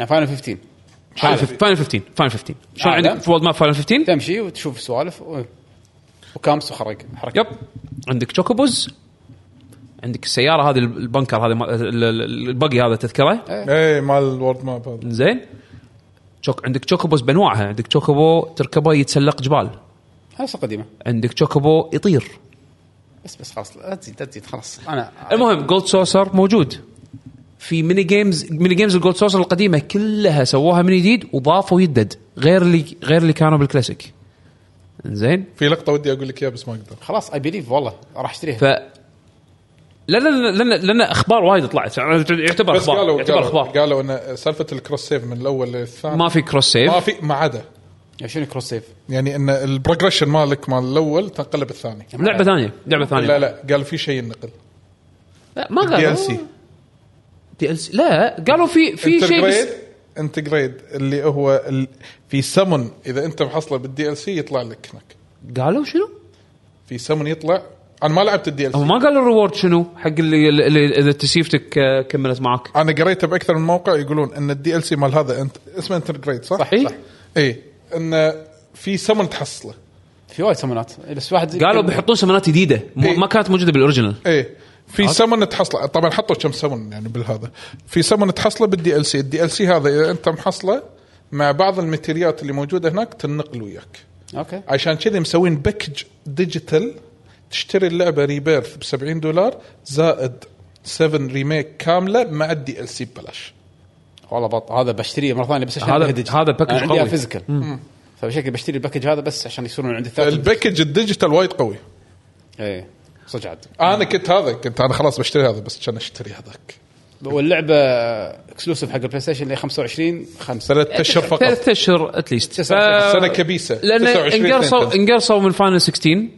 فاينل 15
فاينل 15 فاينل 15 شلون
عالم.
عندك في وورلد ماب فاينل 15
تمشي وتشوف سوالف و- وكامس وخرق حركه
يب عندك تشوكوبوز عندك السياره هذه البنكر هذا مال- ال- ال- البقي هذا تذكره
أه. اي مال الورد ماب هذا
زين تشوك عندك تشوكوبوز بانواعها عندك تشوكوبو تركبه يتسلق جبال
هسه قديمه
عندك تشوكوبو يطير
بس بس خلاص لا تزيد لا تزيد خلاص انا
المهم جولد سوسر موجود في ميني جيمز ميني جيمز الجولد سوسر القديمه كلها سووها من جديد وضافوا يدد غير اللي غير اللي كانوا بالكلاسيك زين
في لقطه ودي اقول لك اياها بس ما اقدر
خلاص اي بليف والله راح اشتريها
ف لان لان لان اخبار وايد طلعت يعتبر
بس
اخبار
قالوا
يعتبر
قالوا,
اخبار
قالوا ان سالفه الكروس سيف من الاول للثاني
ما في كروس سيف
ما في ما عدا
يعني شنو كروس سيف؟
يعني ان البروجريشن مالك مال الاول تنقلب الثاني
يعني
لعبه ثانيه لعبه ثانيه
لا لا قالوا في شيء ينقل
لا ما قالوا
دي ال سي
دي ال سي لا قالوا في في شيء بس-
انتجريد انتجريد اللي هو ال... في سمن اذا انت محصله بالدي ال سي يطلع لك هناك
قالوا شنو؟
في سمن يطلع انا ما لعبت الدي ال
هم
سي
ما قالوا الريورد شنو حق اللي اللي اذا تسيفتك آه، كملت معك
انا قريته باكثر من موقع يقولون ان الدي ال سي مال هذا انت اسمه انتجريد صح؟
صح. إيه.
اي ان في سمن تحصله
في وايد سمونات بس واحد
قالوا بيحطون سمنات جديده
إيه.
مو- ما كانت موجوده بالاوريجنال
ايه في سمن تحصله طبعا حطوا كم سمن يعني بالهذا في سمن تحصله بالدي ال سي الدي ال سي هذا اذا انت محصله مع بعض الماتيريات اللي موجوده هناك تنقل وياك
اوكي
عشان كذي مسوين باكج ديجيتال تشتري اللعبه ريبيرث ب 70 دولار زائد 7 ريميك كامله مع الدي ال سي ببلاش
والله بط هذا بشتريه مره ثانيه بس عشان
هذا-
أهدج.
هذا باكج
أنا عندي
قوي.
فيزيكال فبشكل بشتري الباكج هذا بس عشان يصيرون عندي الثالث
الباكج الديجيتال وايد قوي
ايه صدق عاد
انا كنت هذا كنت انا خلاص بشتري هذا بس كان اشتري هذاك
واللعبه اكسلوسيف حق البلاي ستيشن اللي 25 5
ثلاث اشهر فقط
ثلاث اشهر اتليست
تسعة
سنه كبيسه
لان
29
انقرصوا
22.
انقرصوا من فاينل 16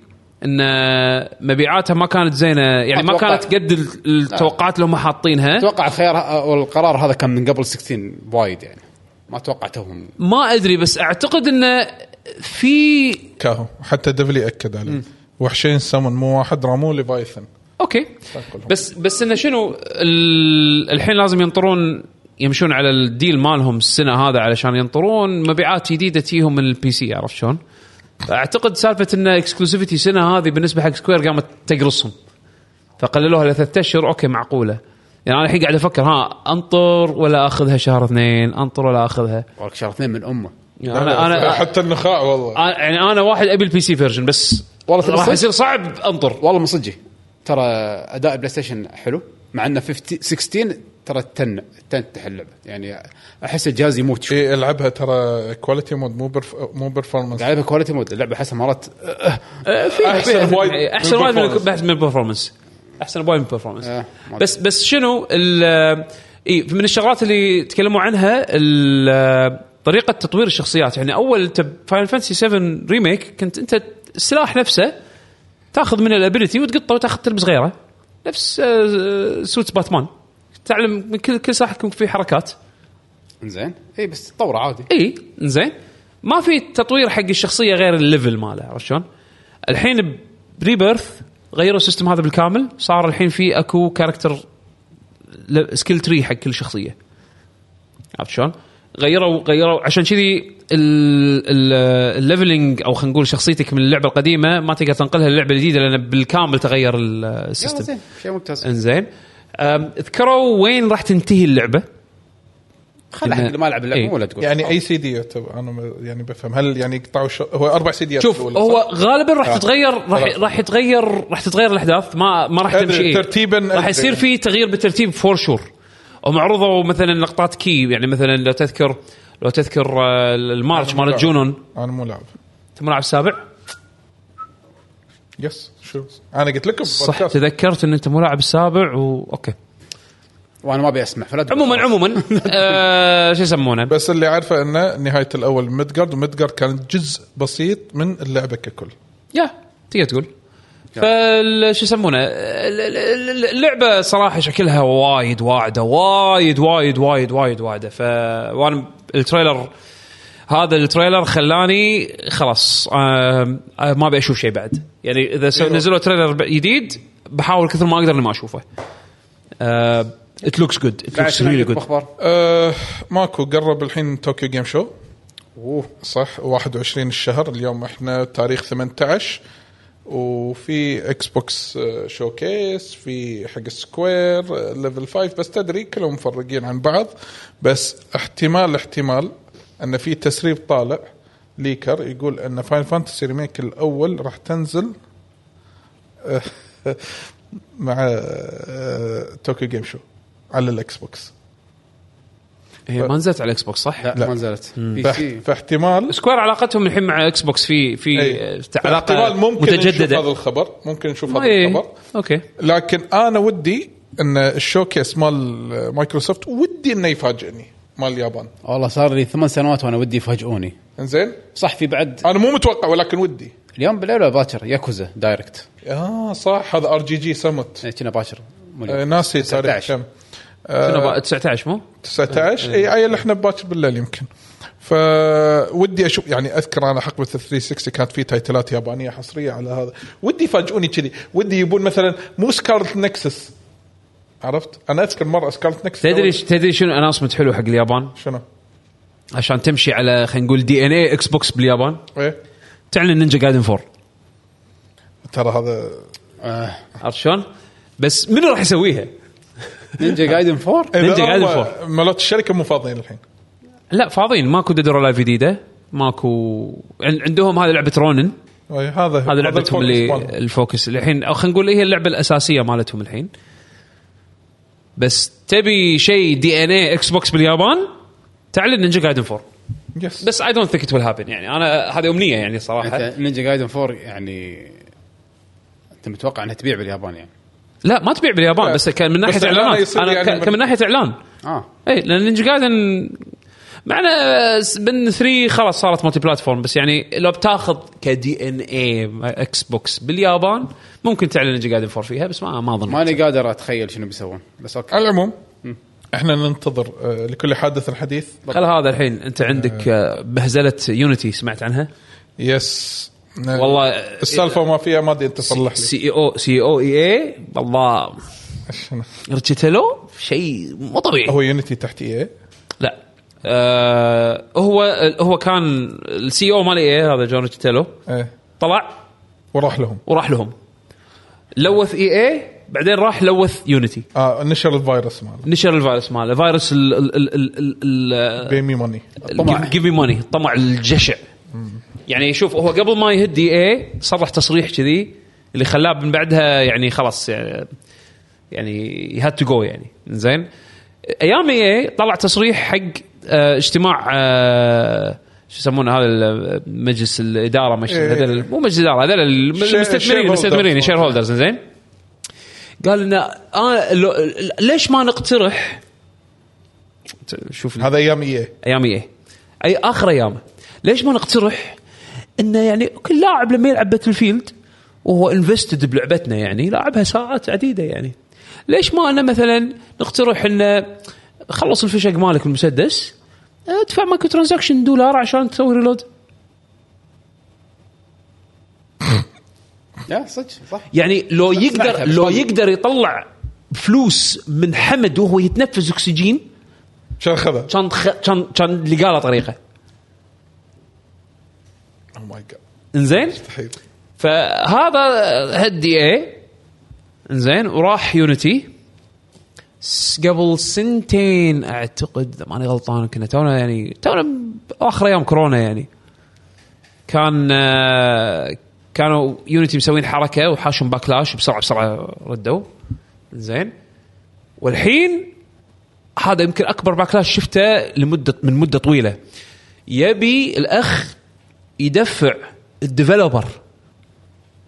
ان آه، مبيعاتها ما كانت زينه يعني ما
أتوقع.
كانت قد ال- التوقعات اللي هم حاطينها
اتوقع الخيار ه- والقرار هذا كان من قبل 16 وايد يعني ما اتوقع توهم
ما ادري بس اعتقد انه في
كاهو حتى دفلي اكد عليه وحشين سمن مو واحد رامو ليفايثن
اوكي
تاكلهم.
بس بس انه شنو ال- الحين لازم ينطرون يمشون على الديل مالهم السنه هذا علشان ينطرون مبيعات جديده تجيهم من البي سي عرفت شلون؟ اعتقد سالفه ان اكسكلوسيفيتي سنه هذه بالنسبه حق سكوير قامت تقرصهم فقللوها لثلاث اشهر اوكي معقوله يعني انا الحين قاعد افكر ها انطر ولا اخذها شهر اثنين انطر ولا اخذها
ولك شهر اثنين من امه
يعني انا انا
حتى النخاع والله
أنا- يعني انا واحد ابي البي سي فيرجن بس
والله تبي
راح
صدق؟
يصير صعب انطر
والله من صدقي ترى اداء بلاي ستيشن حلو مع انه 15 16 ترى تن تن تحل اللعبه يعني احس الجهاز يموت شوي
اي العبها إيه، ترى كواليتي مود مو برف... مو برفورمانس
لعبها كواليتي يعني مود اللعبه احسها مرات أه،
آه،
احسن وايد
احسن يعني وايد من
بالperformance.
من البرفورمانس احسن وايد من البرفورمانس
آه، ما
بس بس شنو ال- اي من الشغلات اللي تكلموا عنها ال- طريقه تطوير الشخصيات يعني اول انت فاينل فانتسي 7 ريميك كنت انت السلاح نفسه تاخذ من الابيلتي وتقطه وتاخذ تلبس غيره نفس آه، سوتس باتمان تعلم من كل كل سلاح يكون فيه حركات
زين اي إيه، بس تطور عادي
اي زين إيه، ما في تطوير حق الشخصيه غير الليفل ماله عرفت شلون؟ الحين بريبيرث غيروا السيستم هذا بالكامل صار الحين في اكو كاركتر سكيل تري حق كل شخصيه عرفت شلون؟ غيروا غيروا عشان كذي الليفلنج او خلينا نقول شخصيتك من اللعبه القديمه ما تقدر تنقلها للعبه الجديده لان بالكامل تغير ال-
يلا
السيستم
زين شيء ممتاز
انزين أم، ذكروا وين راح تنتهي اللعبه
خل حق اللي ما لعب اللعبه
إيه.
مو ولا تقول
يعني اي سي دي يعتبر انا ما- يعني بفهم هل يعني قطعوا ش... هو اربع سي ديات
شوف
الأولى،
هو
صح؟
غالبا راح
آه.
تتغير راح
خلاص.
راح يتغير راح تتغير الاحداث ما ما راح
أدري،
تمشي إيه.
ترتيباً
راح
أدري.
يصير في تغيير بالترتيب فور شور ومعروضه مثلا لقطات كي يعني مثلا لو تذكر لو تذكر آه، المارش مالت جونون
انا مو لاعب
تم ملعب السابع
يس شو انا قلت لكم
صح
بودكاست.
تذكرت ان انت ملاعب السابع واوكي
وانا ما ابي اسمع فلا تقول.
عموما عموما آه، شو يسمونه
بس اللي عارفه انه نهايه الاول ميدجارد وميدجارد كانت جزء بسيط من اللعبه ككل
يا تقدر تقول فال شو يسمونه ال- ال- ال- اللعبه صراحه شكلها وايد واعده وايد وايد وايد وايد واعده ف وانا التريلر هذا التريلر خلاني خلاص آم، آه ما ابي اشوف شيء بعد يعني اذا
أيوه.
سو- نزلوا تريلر ب- جديد بحاول كثر ما اقدر اني ما اشوفه ات لوكس جود ات
بعد
لوكس
شنو
ريلي
عندكم
جود
اخبار
أه ماكو قرب الحين طوكيو جيم شو
اوه
صح 21 الشهر اليوم احنا تاريخ 18 وفي اكس بوكس آه، شوكيس في حق سكوير آه، ليفل 5 بس تدري كلهم مفرقين عن بعض بس احتمال احتمال ان في تسريب طالع ليكر يقول ان فاين فانتسي ريميك الاول راح تنزل آه، مع توكيو جيم شو على الاكس بوكس
هي ما نزلت على الاكس بوكس صح؟
لا,
لا.
ما نزلت بي
فاح-
سي
فاحتمال
سكوير علاقتهم الحين مع اكس بوكس في في
إيه.
آه، علاقه
احتمال ممكن نشوف هذا
متجدده
الخبر ممكن نشوف هذا
إيه.
الخبر
اوكي
لكن انا ودي ان الشوكيس مال مايكروسوفت ودي انه يفاجئني مال اليابان
والله صار لي ثمان سنوات وانا ودي يفاجئوني
انزين
صح في بعد
انا مو متوقع ولكن ودي
اليوم بالليل ولا باكر ياكوزا دايركت
اه صح هذا ار جي جي سمت
إيه، كنا باكر مو اليوم.
آه، ناسي تاريخ
19.
كم
شنو بقى؟ 19 مو؟
19 اي عيل احنا باكر بالليل يمكن فودي اشوف يعني اذكر انا حقبه ال 360 كانت في تايتلات يابانيه حصريه على هذا ودي يفاجئوني كذي ودي يبون مثلا مو سكارلت نكسس عرفت انا اذكر مره سكارلت نكسس
تدري تدري شنو اناونسمنت حلو حق اليابان
شنو؟
عشان تمشي على خلينا نقول دي ان اي اكس بوكس باليابان
ايه
تعلن نينجا جايدن 4
ترى هذا
آه.
عرفت شلون؟ بس منو راح يسويها؟
نينجا جايدن 4
نينجا
إذا
قاعد
هم
فوق.
مالت الشركه مو فاضيين الحين
لا فاضيين ماكو ديد لايف جديده ماكو عن- عندهم هذه لعبه رونن
أي إيه، هذا
هذه لعبتهم
الفوكس
اللي
مالهم.
الفوكس الحين او خلينا نقول هي اللعبه الاساسيه مالتهم الحين بس تبي شيء دي ان اي اكس بوكس باليابان تعلن نينجا جايدن 4
يس
بس اي دونت ثينك ات ويل هابن يعني انا هذه امنيه يعني صراحه
انت إيه. نينجا جايدن 4 يعني انت متوقع انها تبيع باليابان يعني
لا ما تبيع باليابان
لا.
بس كان من ناحيه
بس إعلانه
اعلانات
يصير
انا
يعني
ك- كان من إيه، ناحيه اعلان
اه
اي لان نينجا جايدن معنا آه، بن 3 خلاص صارت مالتي بلاتفورم بس يعني لو بتاخذ كدي ان اي اكس بوكس باليابان ممكن تعلن نينجا جايدن 4 فيها بس ما ما اظن
ماني قادر اتخيل شنو بيسوون بس اوكي
على العموم احنا ننتظر آه، لكل حادث حديث
خل هذا الحين انت عندك آه، بهزله يونيتي سمعت عنها
يس ن-
والله
السالفه ما فيها ما ادري انت صلح لي
سي إي او سي إي او اي اي E والله
شنو؟
رجيتلو شيء مو طبيعي
هو يونيتي تحت ايه
لا آه هو هو كان السي او مال اي هذا جون تيلو
ايه
طلع
وراح لهم
وراح لهم لوث اي اي بعدين راح لوث يونيتي
آه نشر الفيروس ماله
نشر الفيروس ماله فيروس ال ال ال ال- ال
بيمي موني
ال جيف مي ماني الطمع الجشع يعني شوف هو قبل ما يهد اي اي صرح تصريح كذي اللي خلاه من بعدها يعني خلاص يعني يعني هاد تو جو يعني زين ايام اي طلع تصريح حق آه، اجتماع آه، شو يسمونه هذا ال- مجلس الاداره مش
إيه.
هذول- مو مجلس الاداره هذول
شير-
المستثمرين
shareholders.
المستثمرين شير هولدرز زين قال لنا آه لو- ليش ما نقترح شوف
هذا ايام ايه
إيه؟ ايام اي اي اخر ايامه ليش ما نقترح انه يعني كل لاعب لما يلعب باتل فيلد وهو انفستد بلعبتنا يعني لاعبها ساعات عديده يعني ليش ما انا مثلا نقترح انه خلص الفشق مالك المسدس ادفع مايكرو ترانزاكشن دولار عشان تسوي ريلود
لا صدق صح
يعني لو يقدر
سمعتها بس
لو
ما-
يقدر يطلع فلوس من حمد وهو يتنفس اكسجين
شو اخذها؟
كان خ- كان كان لقى له طريقه
او ماي جاد
انزين
Oh مستحيل
فهذا هيد دي اي انزين وراح يونيتي س- قبل سنتين اعتقد اذا ماني غلطان كنا تونا يعني تونا اخر ايام كورونا يعني كان آه، كانوا يونيتي مسوين حركه وحاشهم باكلاش بسرعه بسرعه ردوا زين والحين هذا يمكن اكبر باكلاش شفته لمده من مده طويله يبي الاخ يدفع الديفلوبر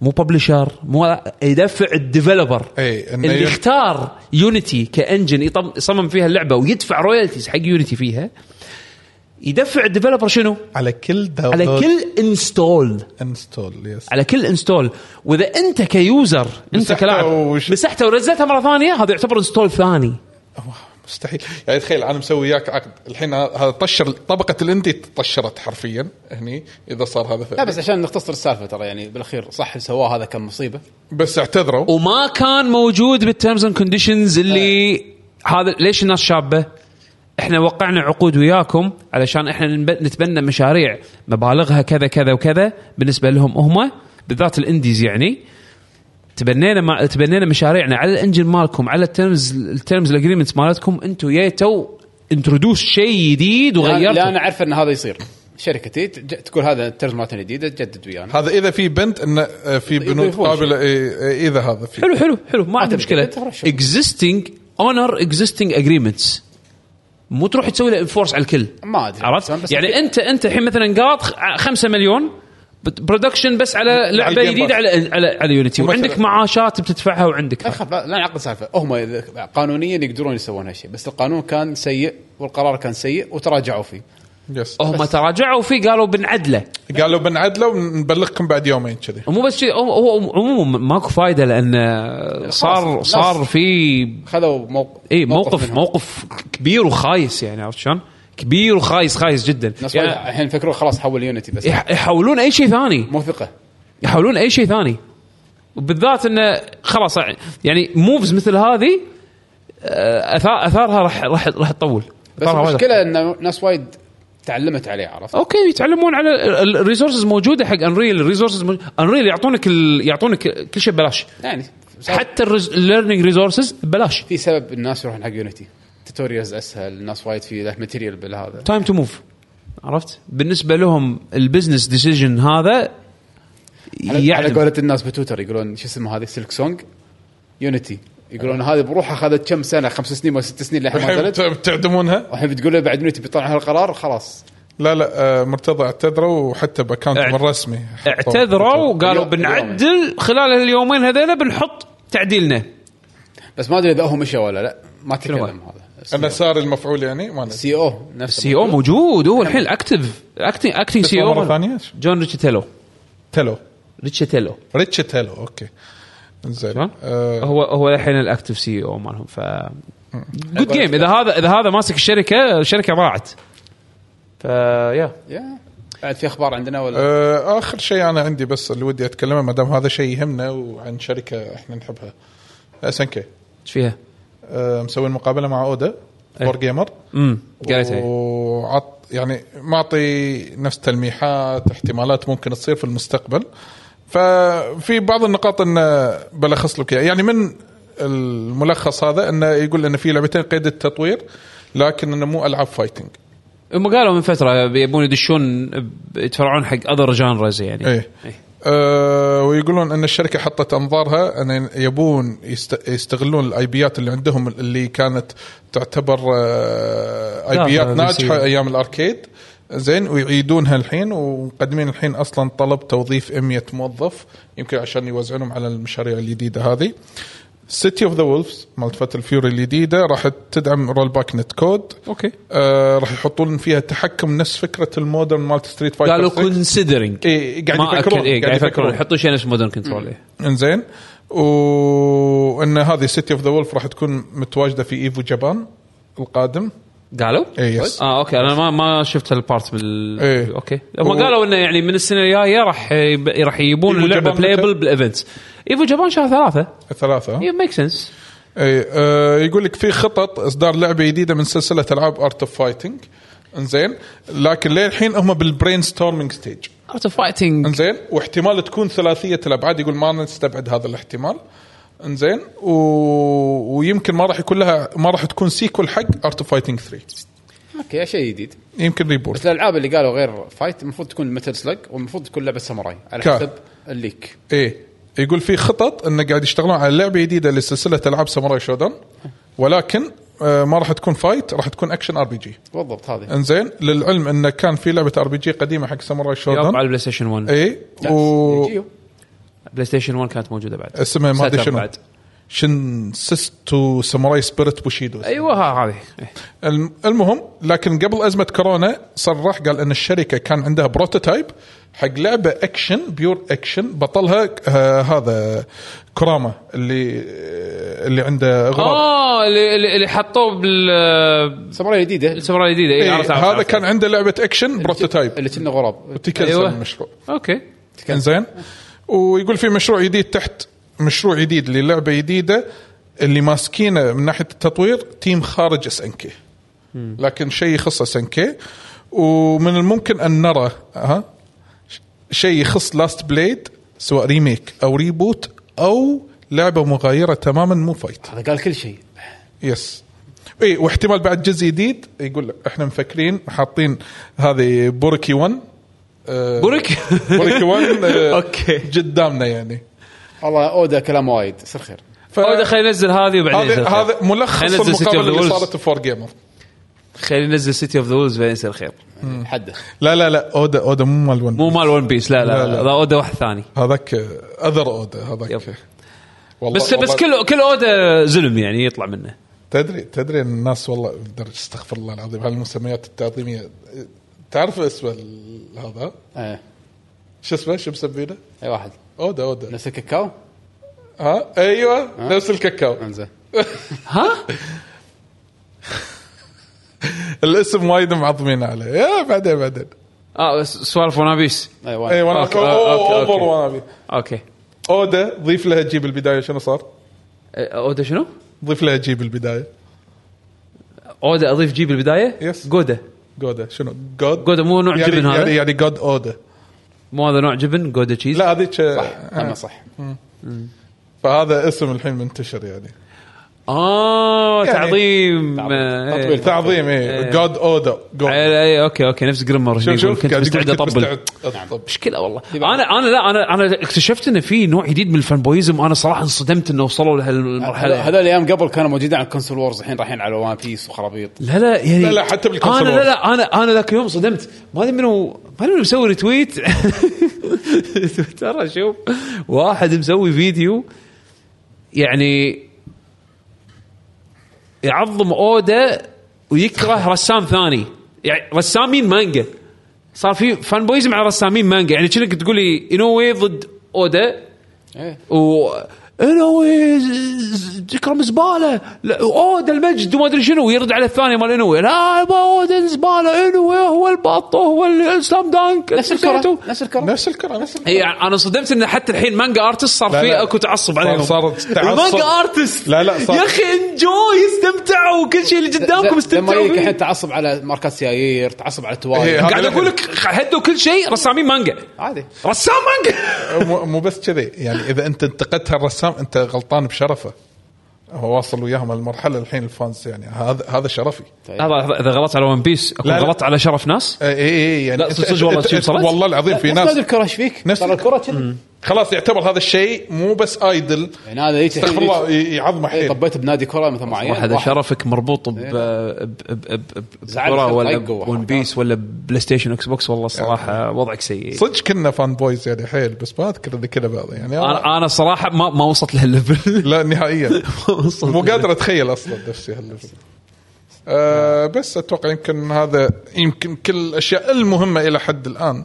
مو ببلشر مو يدفع الديفلوبر
إي، إنه
اللي
يف-
اختار يونيتي كانجن يطم- يصمم فيها اللعبه ويدفع رويالتيز حق يونيتي فيها يدفع الديفلوبر شنو؟
على كل داونلود
على كل انستول
انستول يس
على كل انستول واذا انت كيوزر انت
مسحته
كلاعب
وش-
مسحته ونزلته مره ثانيه هذا يعتبر انستول ثاني
أوه، مستحيل يعني تخيل انا مسوي وياك عقد الحين هذا طشر طبقه الاندي طشرت حرفيا هني اذا صار هذا
لا بس عشان نختصر السالفه ترى يعني بالاخير صح اللي سواه هذا كان مصيبه
بس اعتذروا
وما كان موجود بالترمز اند كونديشنز
آه.
اللي هذا ليش الناس شابه؟ احنا وقعنا عقود وياكم علشان احنا نب- نتبنى مشاريع مبالغها كذا كذا وكذا بالنسبه لهم هم بالذات الانديز يعني تبنينا مع تبنينا مشاريعنا على الانجن مالكم على الترمز الترمز الاجريمنتس مالتكم انتم يا تو انترودوس شيء جديد
لا لا
وغيرتوا
انا عارف ان هذا يصير شركتي تج- تقول هذا الترز مالتنا جديده تجدد ويانا
هذا اذا في بنت ان آه، في بنود
يضيفون شيء.
قابله إي- إي، اذا إيه، هذا في
حلو حلو حلو ما عندي
عاد
مشكله
بكذا تروح شوف.
اكزيستنج اونر اكزيستنج اجريمنتس مو تروح تسوي له انفورس على الكل
ما ادري
عرفت؟
بس
يعني انت انت الحين مثلا قاط 5 مليون برودكشن بس على لعبه
الجيم
جديده
باس.
على على, على يونيتي
ومثلاً-
وعندك معاشات بتدفعها وعندك
اخاف لا لا نعقد سالفه هم إذا قانونيا يقدرون يسوون هالشيء بس القانون كان سيء والقرار كان سيء وتراجعوا فيه
يس
هم تراجعوا فيه قالوا بنعدله
قالوا بنعدله ونبلغكم بعد يومين كذي
ومو بس كذي هو- هو عموما ماكو فايده لان صار
خلاص.
صار في
خذوا موق...
اي موقف
منهم.
موقف كبير وخايس يعني عرفت شلون؟ كبير وخايس خايس جدا
ناس
يعني
وايد الحين فكروا خلاص حول يونيتي بس
يح- يحولون اي شيء ثاني
مو ثقه
يحاولون اي شيء ثاني وبالذات انه خلاص يعني موفز مثل هذه آه، أثار اثارها راح راح راح تطول
بس
أثارها وايد راح
المشكله ان ناس وايد تعلمت عليه عرفت
تطول. اوكي يتعلمون على الريسورسز موجوده حق انريل الريسورسز انريل يعطونك ال... يعطونك كل شيء ببلاش
يعني صار
حتى الليرنينج ريسورسز ببلاش
في سبب الناس يروحون حق يونيتي توتوريالز اسهل الناس وايد في له ماتيريال بالهذا
تايم تو موف عرفت بالنسبه لهم البزنس ديسيجن هذا
على, على
يعلم.
قولة الناس بتويتر يقولون شو اسمه هذه سلك سونج يونيتي يقولون هذه بروحها اخذت كم سنه خمس سنين ولا ست سنين لحين ما
الحين بت-
نزلت
بتعدمونها
والحين بتقول له بعد يونيتي بيطلعون هالقرار خلاص
لا لا آه، مرتضى اعتذروا وحتى باكونتهم
اعت-
الرسمي حطوا-
اعتذروا وقالوا
اليوم-
بنعدل خلال اليومين هذيلا بنحط تعديلنا
بس ما ادري اذا هو مشى ولا لا ما تكلم
شنو
انه
هذا
صار المفعول يعني ما ندري.
السي او نفسه
سي او موجود هو الحين اكتف اكتنج اكتنج سي
اسمه
او
مرة ثانية؟
جون ريتشيتيلو
تلو
ريتشيتيلو
ريتشتلو اوكي زين
تمام
آه،
هو هو الحين الاكتف سي او مالهم ف جود جيم اذا هذا اذا هذا ماسك الشركه الشركه ضاعت فيا
يا. بعد في اخبار عندنا ولا
آه، اخر شيء انا عندي بس اللي ودي اتكلمه ما دام هذا شيء يهمنا وعن شركه احنا نحبها اس ان كي
ايش فيها؟
مسوين مقابله مع اودا
أي.
فور جيمر
امم قريتها
وعط يعني معطي نفس تلميحات احتمالات ممكن تصير في المستقبل ففي بعض النقاط انه بلخص لك إياها. يعني من الملخص هذا انه يقول انه في لعبتين قيد التطوير لكن انه مو العاب فايتنج
هم قالوا من فتره يبون يدشون ب- يتفرعون حق اذر جانرز يعني
إيه. أه ويقولون ان الشركه حطت انظارها ان يبون يست- يستغلون الاي بيات اللي عندهم اللي كانت تعتبر آه، اي
لا،
بيات
لا،
ناجحه
بيصير.
ايام الاركيد زين ويعيدونها الحين ومقدمين الحين اصلا طلب توظيف 100 موظف يمكن عشان يوزعونهم على المشاريع الجديده هذه سيتي اوف ذا وولفز مالت فات الفيوري الجديده راح تدعم رول باك نت كود
اوكي
آه راح يحطون فيها تحكم نفس فكره المودرن مالت ستريت فايتر
قالوا
6.
كونسيدرينج
إيه، قاعد يفكرون،
إيه قاعد
قاعد
يفكرون
يفكرون.
يحطوا شيء نفس مودرن كنترول إيه.
انزين وان هذه سيتي اوف ذا وولف راح تكون متواجده في ايفو جابان القادم
قالوا؟
إيه، يس.
اه اوكي انا ما ما شفت البارت بال
إيه.
اوكي هم
و-
قالوا انه يعني من السنه الجايه راح يب- راح يجيبون
إيفو
اللعبه
جابان
بلايبل
متى؟ آه.
بالايفنتس ايفو جابان شهر إيه، ثلاثه
الثلاثه
اي ميك سنس
اي آه يقول لك في خطط اصدار لعبه جديده من سلسله العاب ارت اوف فايتنج انزين لكن للحين هم بالبرين ستورمينج ستيج
ارت اوف فايتنج
انزين واحتمال تكون ثلاثيه الابعاد يقول ما نستبعد هذا الاحتمال انزين و... ويمكن ما راح يكون لها ما راح تكون سيكول حق ارت اوف فايتنج 3
اوكي شيء جديد
يمكن
بس
ريبورت
الالعاب اللي قالوا غير فايت المفروض تكون متل سلاج والمفروض تكون لعبه ساموراي على
كا.
حسب الليك
ايه يقول في خطط انه قاعد يشتغلون على لعبه جديده لسلسله العاب ساموراي شودن ولكن آه، ما راح تكون فايت راح تكون اكشن ار بي جي
بالضبط هذه
انزين للعلم انه كان في لعبه ار بي جي قديمه حق ساموراي
على
شودن
البلاي ستيشن 1
اي
و...
و
بلاي ستيشن 1 كانت موجوده بعد
اسمها ما ادري
ساتر
شنو
بعد.
شن سيستو ساموراي سبيريت بوشيدو
ايوه ها- هذه إيه.
الم- المهم لكن قبل ازمه كورونا صرح قال ان الشركه كان عندها بروتوتايب حق لعبه اكشن بيور اكشن بطلها آه هذا كراما اللي آه، اللي عنده غراب
اه اللي اللي اللي حطوه بال
ساموراي جديده
السمراء الجديده اي
إيه
عرفت عرفت
هذا
عرفت. أيوه.
كان عنده لعبه اكشن بروتوتايب
اللي كنا غراب
تكنسل
أيوة.
أيوة. المشروع
اوكي
انزين ويقول في مشروع جديد تحت مشروع جديد للعبه جديده اللي ماسكينه من ناحيه التطوير تيم خارج اس ان كي لكن شيء يخص اس ان كي ومن الممكن ان نرى ها شيء يخص لاست بليد سواء ريميك او ريبوت او لعبه مغايره تماما مو فايت
هذا قال كل شيء
يس اي إيه، واحتمال بعد جزء جديد يقول لك احنا مفكرين حاطين هذه بوركي 1 آه،
برك
بوركي 1 آه،
أوكي.
قدامنا يعني
والله اودا كلام وايد صار خير
ف...
هذا خلينا ننزل هذه وبعدين
هذا
يصير خير.
هذا ملخص
خلينا ننزل City of
المقابله
the
اللي
Wolves.
صارت فور جيمر
خلينا ننزل سيتي اوف ذا وولز بعدين يصير خير
حده
لا لا لا اودا اودا مو مال ون
مو مال ون بيس لا لا
لا،
لا
لا.
هذا اودا واحد ثاني
هذاك آه، اذر اودا هذاك
يب.
والله
بس بس
والله
كل كل اودا زلم يعني يطلع منه
تدري تدري ان الناس والله لدرجه استغفر الله العظيم هالمسميات التعظيميه تعرف اسمه ال- هذا
ايه
شو اسمه شو مسمينه؟
اي واحد
اودا اودا
نفس الكاكاو
ها ايوه نفس الكاكاو
انزين
ها
الاسم وايد معظمين عليه يا بعدين بعدين إيه،
اه بس سوالف ون بيس
اي
اي
واحد
وانا
أوكي، آه،
أوكي.
أوكي، أوكي.
اوفر وانا ابي
اوكي
اودا ضيف لها جي بالبدايه شنو صار؟
آه، اودا شنو؟
ضيف لها جي بالبدايه
اودا اضيف جيب البدايه
يس.
جودا
جودا شنو؟ جود
جودا مو نوع
يعني
جبن
يعني
هذا
يعني جود اودا
مو هذا نوع جبن جودا تشيز
لا هذيك
اما صح
فهذا اسم الحين منتشر يعني
اه
يعني-
تعظيم آه،
تطويل.
إيه.
تعظيم اي جود اودا جود
آه، إيه، اوكي اوكي نفس جريمر هني
شوف
يقول
شوف
كنت
قاعد يقول
مستعد
كنت
اطبل
مستعد أطبل.
مشكله والله انا انا لا انا انا اكتشفت انه في نوع جديد من الفانبويزم انا صراحه انصدمت انه وصلوا لهالمرحله
هذول الايام قبل كانوا موجودين على الكونسول وورز الحين رايحين على وان بيس وخرابيط
لا لا يعني
لا، لا، حتى بالكونسول
انا لا
وورز.
لا انا انا ذاك اليوم صدمت ما ادري منو ما ادري منو مسوي ريتويت ترى شوف واحد مسوي فيديو يعني يعظم اودا ويكره رسام ثاني يعني رسامين مانجا صار في فان بويزم على رسامين مانجا يعني كأنك تقول لي انوي ضد اودا
ايه
و انوي تكرم زباله لا، اودا المجد وما ادري شنو ويرد على الثاني مال انوي لا يبا اودا زباله انوي هو البط هو السلام دانك
نفس الكره نفس
نعم.
الكره
نفس الكره نفس الكره
اي انا صدمت ان حتى الحين مانجا ارتست صار
لا،
في
لا.
اكو تعصب
صار-
عليهم
صار تعصب.
المانجا ارتست
لا، لا، صار-
يا اخي انجوي استمتعوا كل شيء اللي قدامكم
زي- زي ما
استمتعوا
يجيك
فيه
الحين تعصب على ماركات سيايير تعصب على
إيه،
التوايل
هذا
قاعد
الحين.
اقول لك هدوا كل شيء رسامين مانجا
عادي
رسام مانجا
مو مو بس كذي يعني اذا انت انتقدت هالرسام انت غلطان بشرفه هو واصل وياهم المرحله الحين الفانز يعني هذا هذا شرفي
لحظه لحظة، اذا غلطت على ون بيس اكون
لا، لا.
غلطت على شرف ناس
اي اي يعني
لا،
أنت-
صدق والله
أنت-
شي
أنت-
وصلت؟
والله العظيم في
ناس ما ادري
ناس
الكره ايش فيك
نفس
ترى الكره كذي
خلاص يعتبر هذا الشيء مو بس ايدل
يعني هذا جيت
استغفر الله ي- يعظمه
إيه،
حيل
طبيت بنادي كره مثل معين
هذا
واحد-
شرفك مربوط ب
إيه.
ب- ب- ب- ب-
زعل
بكرة
الخط
ولا
طق وواحد.
ون بيس ولا بلاي ستيشن اكس بوكس والله الصراحه وضعك سيء
صدق كنا فان بويز يعني حيل بس ما اذكر اذا كذا بعض يعني أنا
انا انا صراحه ما ما وصلت لهالليفل
لا نهائيا
ما وصلت
مو
لهالليفل.
قادر اتخيل اصلا نفسي هاللفظ آه بس اتوقع يمكن هذا يمكن كل الاشياء المهمه الى حد الان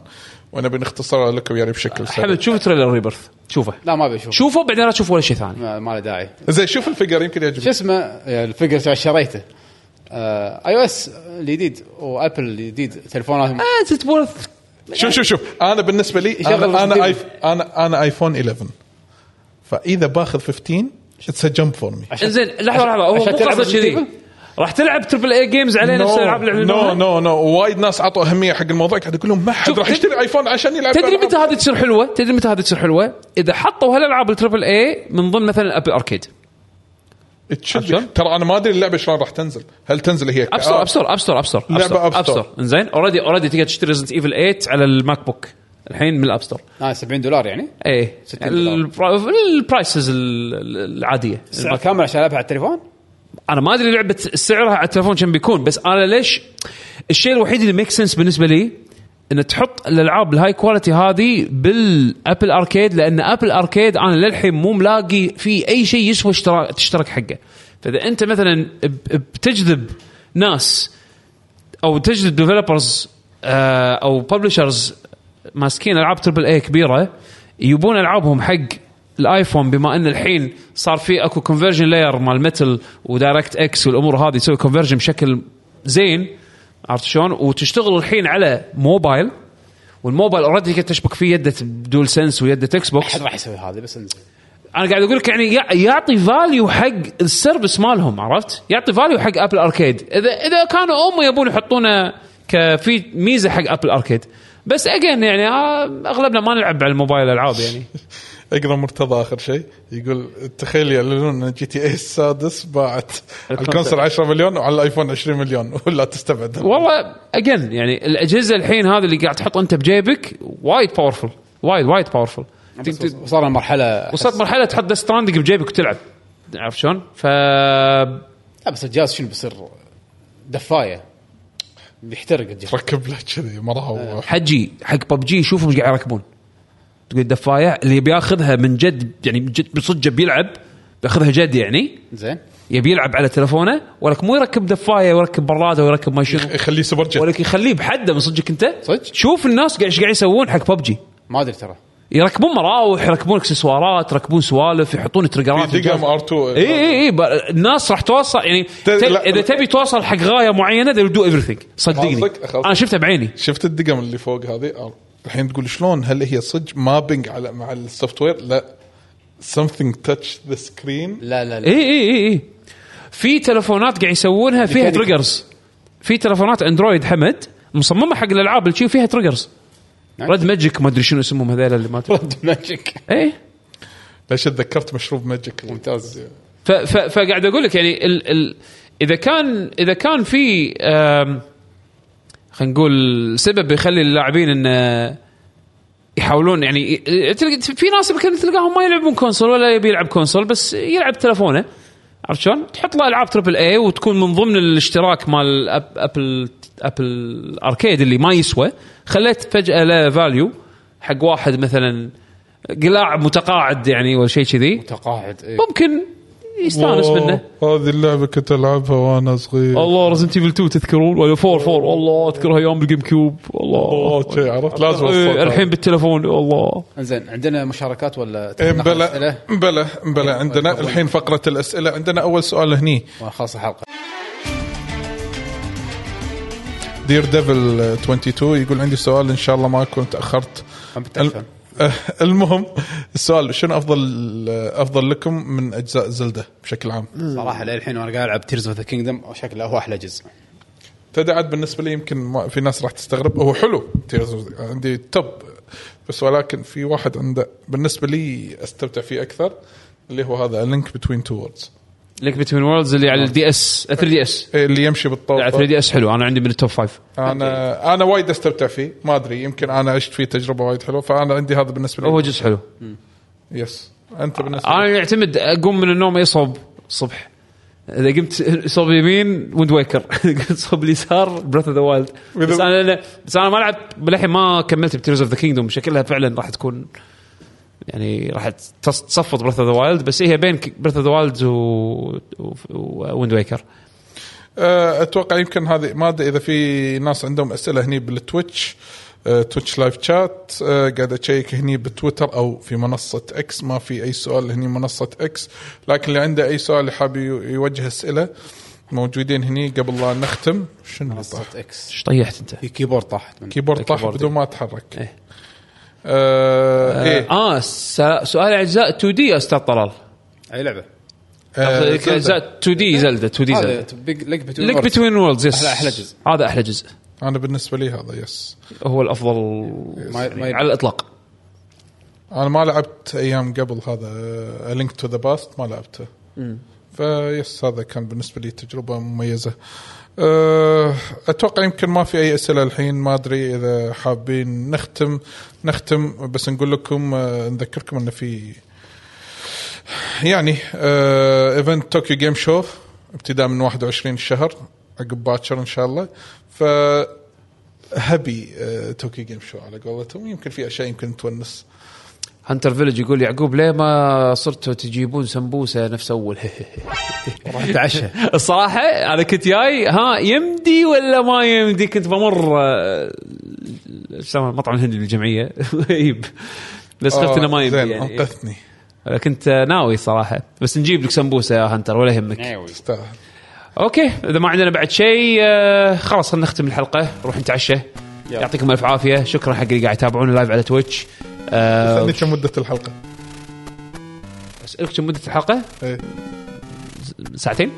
وانا بنختصرها لكم يعني بشكل سريع
حمد شوف تريلر ريبرث شوفه
لا ما ابي اشوف
شوفه بعدين لا تشوف ولا شيء ثاني
ما ما له داعي
زين شوف الفقر يمكن
شو
يعجبك
اسمه يعني الفيجر تبع شريته اي او اس الجديد وابل الجديد تلفوناتهم
آه، انت تبورث
شوف
يعني
شوف شوف انا بالنسبه لي
يشغل
انا انا,
الفيديو.
آيف انا انا ايفون 11 فاذا باخذ 15 اتس جمب فور مي
انزين لحظه لحظه هو
عشان
مو
تلعب
قصد كذي
بالتليفون؟
راح تلعب تربل اي جيمز عليه نفس الالعاب اللي
نو
يعلنونها؟
نو نو وايد ناس عطوا اهميه حق الموضوع قاعد يقول لهم ما حد
شوف،
راح
تد-
يشتري ايفون عشان يلعب
تدري
ألعاب.
متى هذه تصير حلوه؟ تدري متى هذه تصير حلوه؟ اذا حطوا هالالعاب التربل اي من ضمن مثلا ابل اركيد
تشد
عشان؟
ترى انا ما ادري اللعبه شلون راح تنزل هل تنزل هي آه،
اب ستور اب ستور اب ستور اب ستور
لعبة أب ستور.
انزين اوريدي اوريدي تقدر تشتري ريزنت ايفل 8 على الماك بوك الحين من الاب ستور
آه 70 دولار يعني
ايه
60 دولار.
البرا- البرايسز ال- ال- العاديه
سعر كامل عشان العبها على التليفون
انا ما ادري لعبه سعرها على التلفون كم بيكون بس انا ليش الشيء الوحيد اللي ميك سنس بالنسبه لي ان تحط الالعاب الهاي كواليتي هذه بالابل اركيد لان ابل اركيد انا للحين مو ملاقي في اي شيء يسوى اشتراك تشترك حقه فاذا انت مثلا ب- بتجذب ناس او تجذب ديفلوبرز او ببلشرز آه، ماسكين العاب تربل اي كبيره يبون العابهم حق الايفون بما ان الحين صار في اكو كونفرجن لاير مال متل ودايركت اكس والامور هذه يسوي كونفرجن بشكل زين عرفت شلون؟ وتشتغل الحين على موبايل والموبايل اوريدي تشبك فيه يده دول سنس ويده اكس بوكس
احد راح يسوي هذا بس انزين
انا قاعد اقول لك يعني يع- يعطي فاليو حق السيرفس مالهم عرفت؟ يعطي فاليو حق ابل اركيد، اذا اذا كانوا هم يبون يحطونه كفي ميزه حق ابل اركيد، بس اجين يعني آه، اغلبنا ما نلعب على الموبايل العاب يعني
اقرا مرتضى اخر شيء يقول تخيل يعلنون ان جي تي اي السادس باعت على الكونسل 10 مليون وعلى الايفون 20 مليون ولا تستبعد
والله اجين يعني الاجهزه الحين هذه اللي قاعد تحط انت بجيبك وايد باورفل وايد وايد باورفل
وصلنا لمرحله
وصلت مرحله تحط دست ستراندنج بجيبك وتلعب عرفت شلون؟ ف
لا بس الجهاز شنو بيصير دفايه بيحترق الجهاز
ركب له كذي مراوح
حجي حق ببجي شوفهم ايش قاعد يركبون تقول دفايه اللي بياخذها من جد يعني جد بصدق بيلعب بياخذها جد يعني
زين
يبي يلعب على تلفونه ولك مو يركب دفايه ويركب براده ويركب ما شنو
يخليه سوبر جيت
ولك يخليه بحده من صدقك انت
صدق؟
شوف الناس قاعد ايش قاعد يسوون حق ببجي
ما ادري ترى
يركبون مراوح يركبون اكسسوارات يركبون سوالف يحطون تريجرات
دقم ار 2
اي اي اي ب- الناس راح توصل يعني
ت-
ت-
لا-
اذا تبي توصل حق غايه معينه they will do everything صدقني
خلصك- خلصك.
انا شفتها بعيني
شفت الدقم اللي فوق هذه آه. الحين تقول شلون هل هي صدق مابينج على مع السوفت وير لا something touch the screen
لا لا لا
اي اي اي اي إيه، في تلفونات قاعد يسوونها فيها
ميكانيكي.
تريجرز في تلفونات اندرويد حمد مصممه حق الالعاب اللي شي فيها تريجرز
نعم.
رد ماجيك ما ادري شنو اسمهم هذول اللي ما إيه. تدري
رد ماجيك
اي
ليش تذكرت مشروب ماجيك
ممتاز
ف- ف- فقاعد اقول لك يعني ال ال اذا كان اذا كان في آم، خلينا نقول سبب يخلي اللاعبين انه يحاولون يعني ي- ي- تلقى- في ناس يمكن تلقاهم ما يلعبون كونسول ولا يبي يلعب كونسول بس يلعب تلفونه عرفت شلون؟ تحط له العاب تربل اي وتكون من ضمن الاشتراك مال أب- ابل ابل اركيد اللي ما يسوى خليت فجاه له فاليو حق واحد مثلا قلاع متقاعد يعني ولا شيء كذي
تقاعد إيه.
ممكن يستانس منه
هذه اللعبه كنت العبها وانا صغير
الله رزنت ايفل 2 تذكرون ولا 4 4 والله اذكرها ايام بالجيم كيوب والله
اوه شي عرفت لازم
إيه،
الصوت
الحين بالتلفون والله
انزين عندنا مشاركات ولا
إيه،
تاخذنا خمس
امبلا
أسئلة
امبلا امبلا عندنا الحين فقره الاسئله عندنا اول سؤال هني
ونخلص الحلقه
دير ديفل 22 uh, يقول عندي سؤال ان شاء الله ما اكون تاخرت
ما بتعرفه.
الم- المهم السؤال شنو افضل افضل لكم من اجزاء زلده بشكل عام؟
صراحه للحين وانا قاعد العب تيرز اوف ذا كينجدم شكله هو احلى جزء
تدعت بالنسبه لي يمكن ما في ناس راح تستغرب هو حلو Tears of- عندي توب بس ولكن في واحد عنده بالنسبه لي استمتع فيه اكثر اللي هو هذا لينك بتوين تو ووردز
ليك بتوين وورلدز اللي على الدي اس 3 دي اس
إيه، اللي يمشي
على 3
بالطاقه
دي اس حلو انا عندي من التوب فايف
انا انا وايد استمتع فيه ما ادري يمكن انا عشت فيه تجربه وايد حلوه فانا عندي هذا بالنسبه
هو
لي
جزء حلو
يس انت بالنسبه
انا
لك
يعتمد اقوم من النوم يصوب الصبح اذا قمت صوب يمين ويند ويكر قمت صوب اليسار بريث اوف ذا وايلد بس انا أنا- بس انا ما لعبت للحين ما كملت بتيرز اوف ذا كينجدوم شكلها فعلا راح تكون يعني راح تص- تصفط بريث اوف ذا وايلد بس هي بين بريث اوف ذا وايلد ويند ويكر
أه، اتوقع يمكن هذه ما ادري اذا في ناس عندهم اسئله هني بالتويتش أه، تويتش لايف شات أه، قاعد اشيك هني بتويتر او في منصه اكس ما في اي سؤال هني منصه اكس لكن اللي عنده اي سؤال حاب يو- يوجه اسئله موجودين هني قبل لا نختم شنو اللي طاح؟
منصه اكس
ايش طيحت انت؟
في كيبورد طاحت منه
كيبورد طاح
كيبورد.
بدون ما اتحرك
إيه.
أه، ايه
إيه.
اه س- سؤال اجزاء 2 دي يا استاذ طلال
اي لعبه
آه،
أه،
اجزاء 2 دي زلده 2 دي
آه، هذا
زلده
بيج ليك بتوين
ليك
وورلدز.
بتوين وورلدز يس
أحلى- أحلى جزء.
هذا احلى جزء
انا بالنسبه لي هذا يس
هو الافضل
ما-
يعني
ما يد-
على الاطلاق
انا ما لعبت ايام قبل هذا آه، لينك تو ذا باست ما لعبته فيس هذا كان بالنسبه لي تجربه مميزه أه، اتوقع يمكن ما في اي اسئله الحين ما ادري اذا حابين نختم نختم بس نقول لكم أه، نذكركم انه في يعني آه، ايفنت طوكيو جيم شو ابتداء من 21 الشهر عقب باكر ان شاء الله ف هبي آه، توكي جيم شو على قولتهم يمكن في اشياء يمكن تونس
هانتر فيلج يقول يعقوب ليه ما صرتوا تجيبون سمبوسه نفس اول
راح اتعشى
الصراحه انا كنت جاي ها يمدي ولا ما يمدي كنت بمر آه، شو يسمونه المطعم الهندي بالجمعيه غريب بس خفت انه ما يمدي
آه، زين
يعني
انقذتني
كنت آه، ناوي صراحه بس نجيب لك سمبوسه يا هانتر ولا يهمك
ناوي
تستاهل
اوكي اذا ما عندنا بعد شيء آه، خلاص خلينا نختم الحلقه نروح نتعشى يعطيكم الف عافيه شكرا حق اللي قاعد يتابعونا لايف على تويتش آه،
استني كم مده الحلقه
اسالك كم مده الحلقه؟
إيه.
ساعتين؟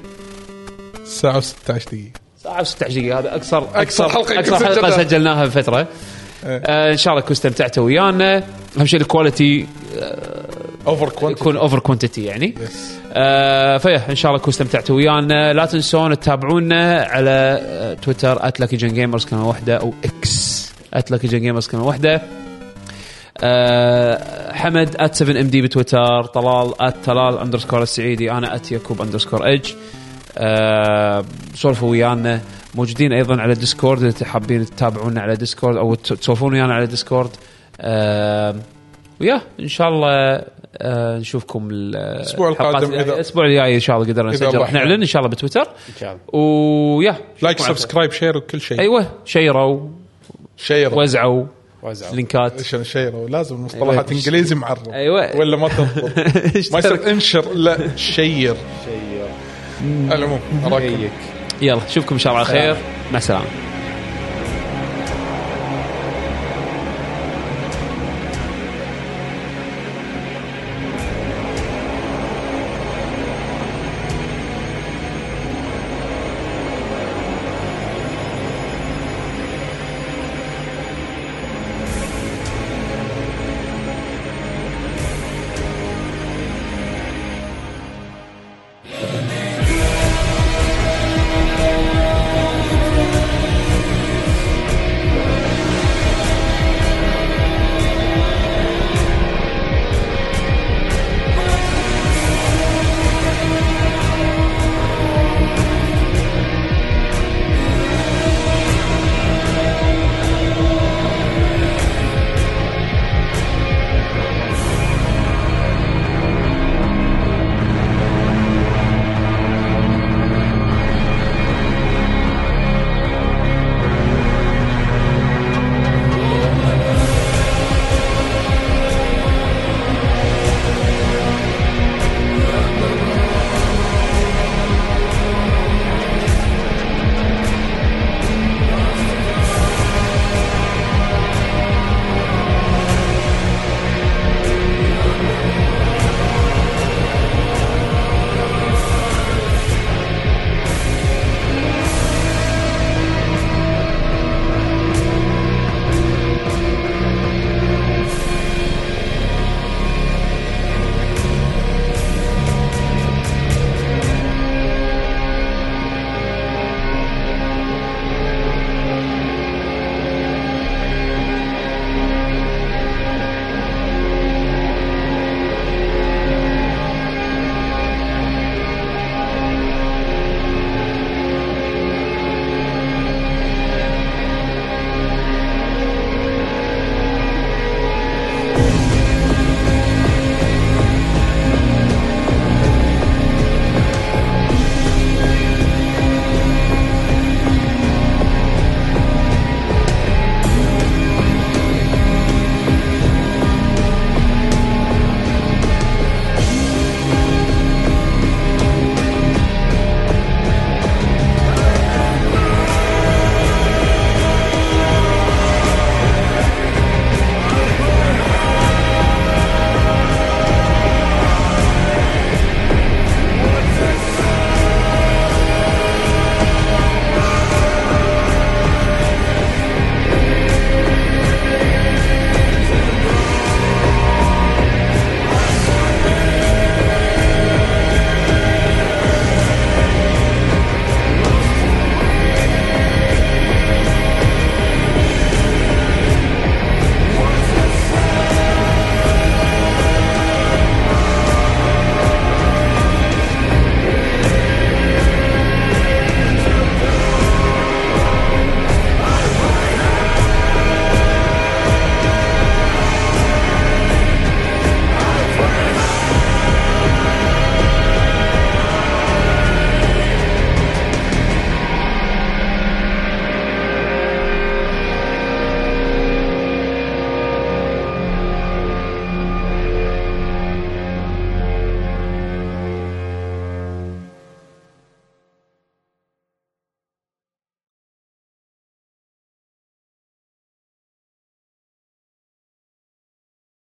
ساعه و16 دقيقه
ساعه و16 دقيقه هذا اكثر
أكثر حلقة إيه.
اكثر
يمكن
حلقه
سجلناها.
سجلناها بفتره آه ان شاء الله تكونوا استمتعتوا ويانا اهم شيء الكواليتي
اوفر كوانتيتي
يكون اوفر كوانتيتي يعني
يس
آه فيا ان شاء الله تكونوا استمتعتوا ويانا لا تنسون تتابعونا على آه، تويتر @luckygengamers جيمرز كلمه واحده او اكس @luckygengamers جيمرز كلمه واحده آه، حمد ات 7 ام دي بتويتر طلال ات طلال اندرسكور السعيدي انا ات يعقوب اندرسكور اج آه، سولفوا ويانا موجودين ايضا على ديسكورد اذا حابين تتابعونا على ديسكورد او ت- تسولفون ويانا على ديسكورد آه، ويا ان شاء الله آه، نشوفكم الاسبوع
القادم إذا-
الاسبوع الجاي ان شاء الله قدرنا نسجل
الله
راح
أحيانا.
نعلن ان شاء الله بتويتر
ان شاء الله
ويا
لايك
شوفكم على
سبسكرايب شير وكل
خير.
شيء
ايوه شيروا
شير
وزعوا
وزعوا.
لينكات
عشان شير لازم المصطلحات
أيوة.
انجليزي معرب
أيوة.
ولا ما تضبط ما يصير انشر لا شير
شيء
على العموم أراكم.
رأيك
يلا نشوفكم ان شاء الله على خير مع السلامه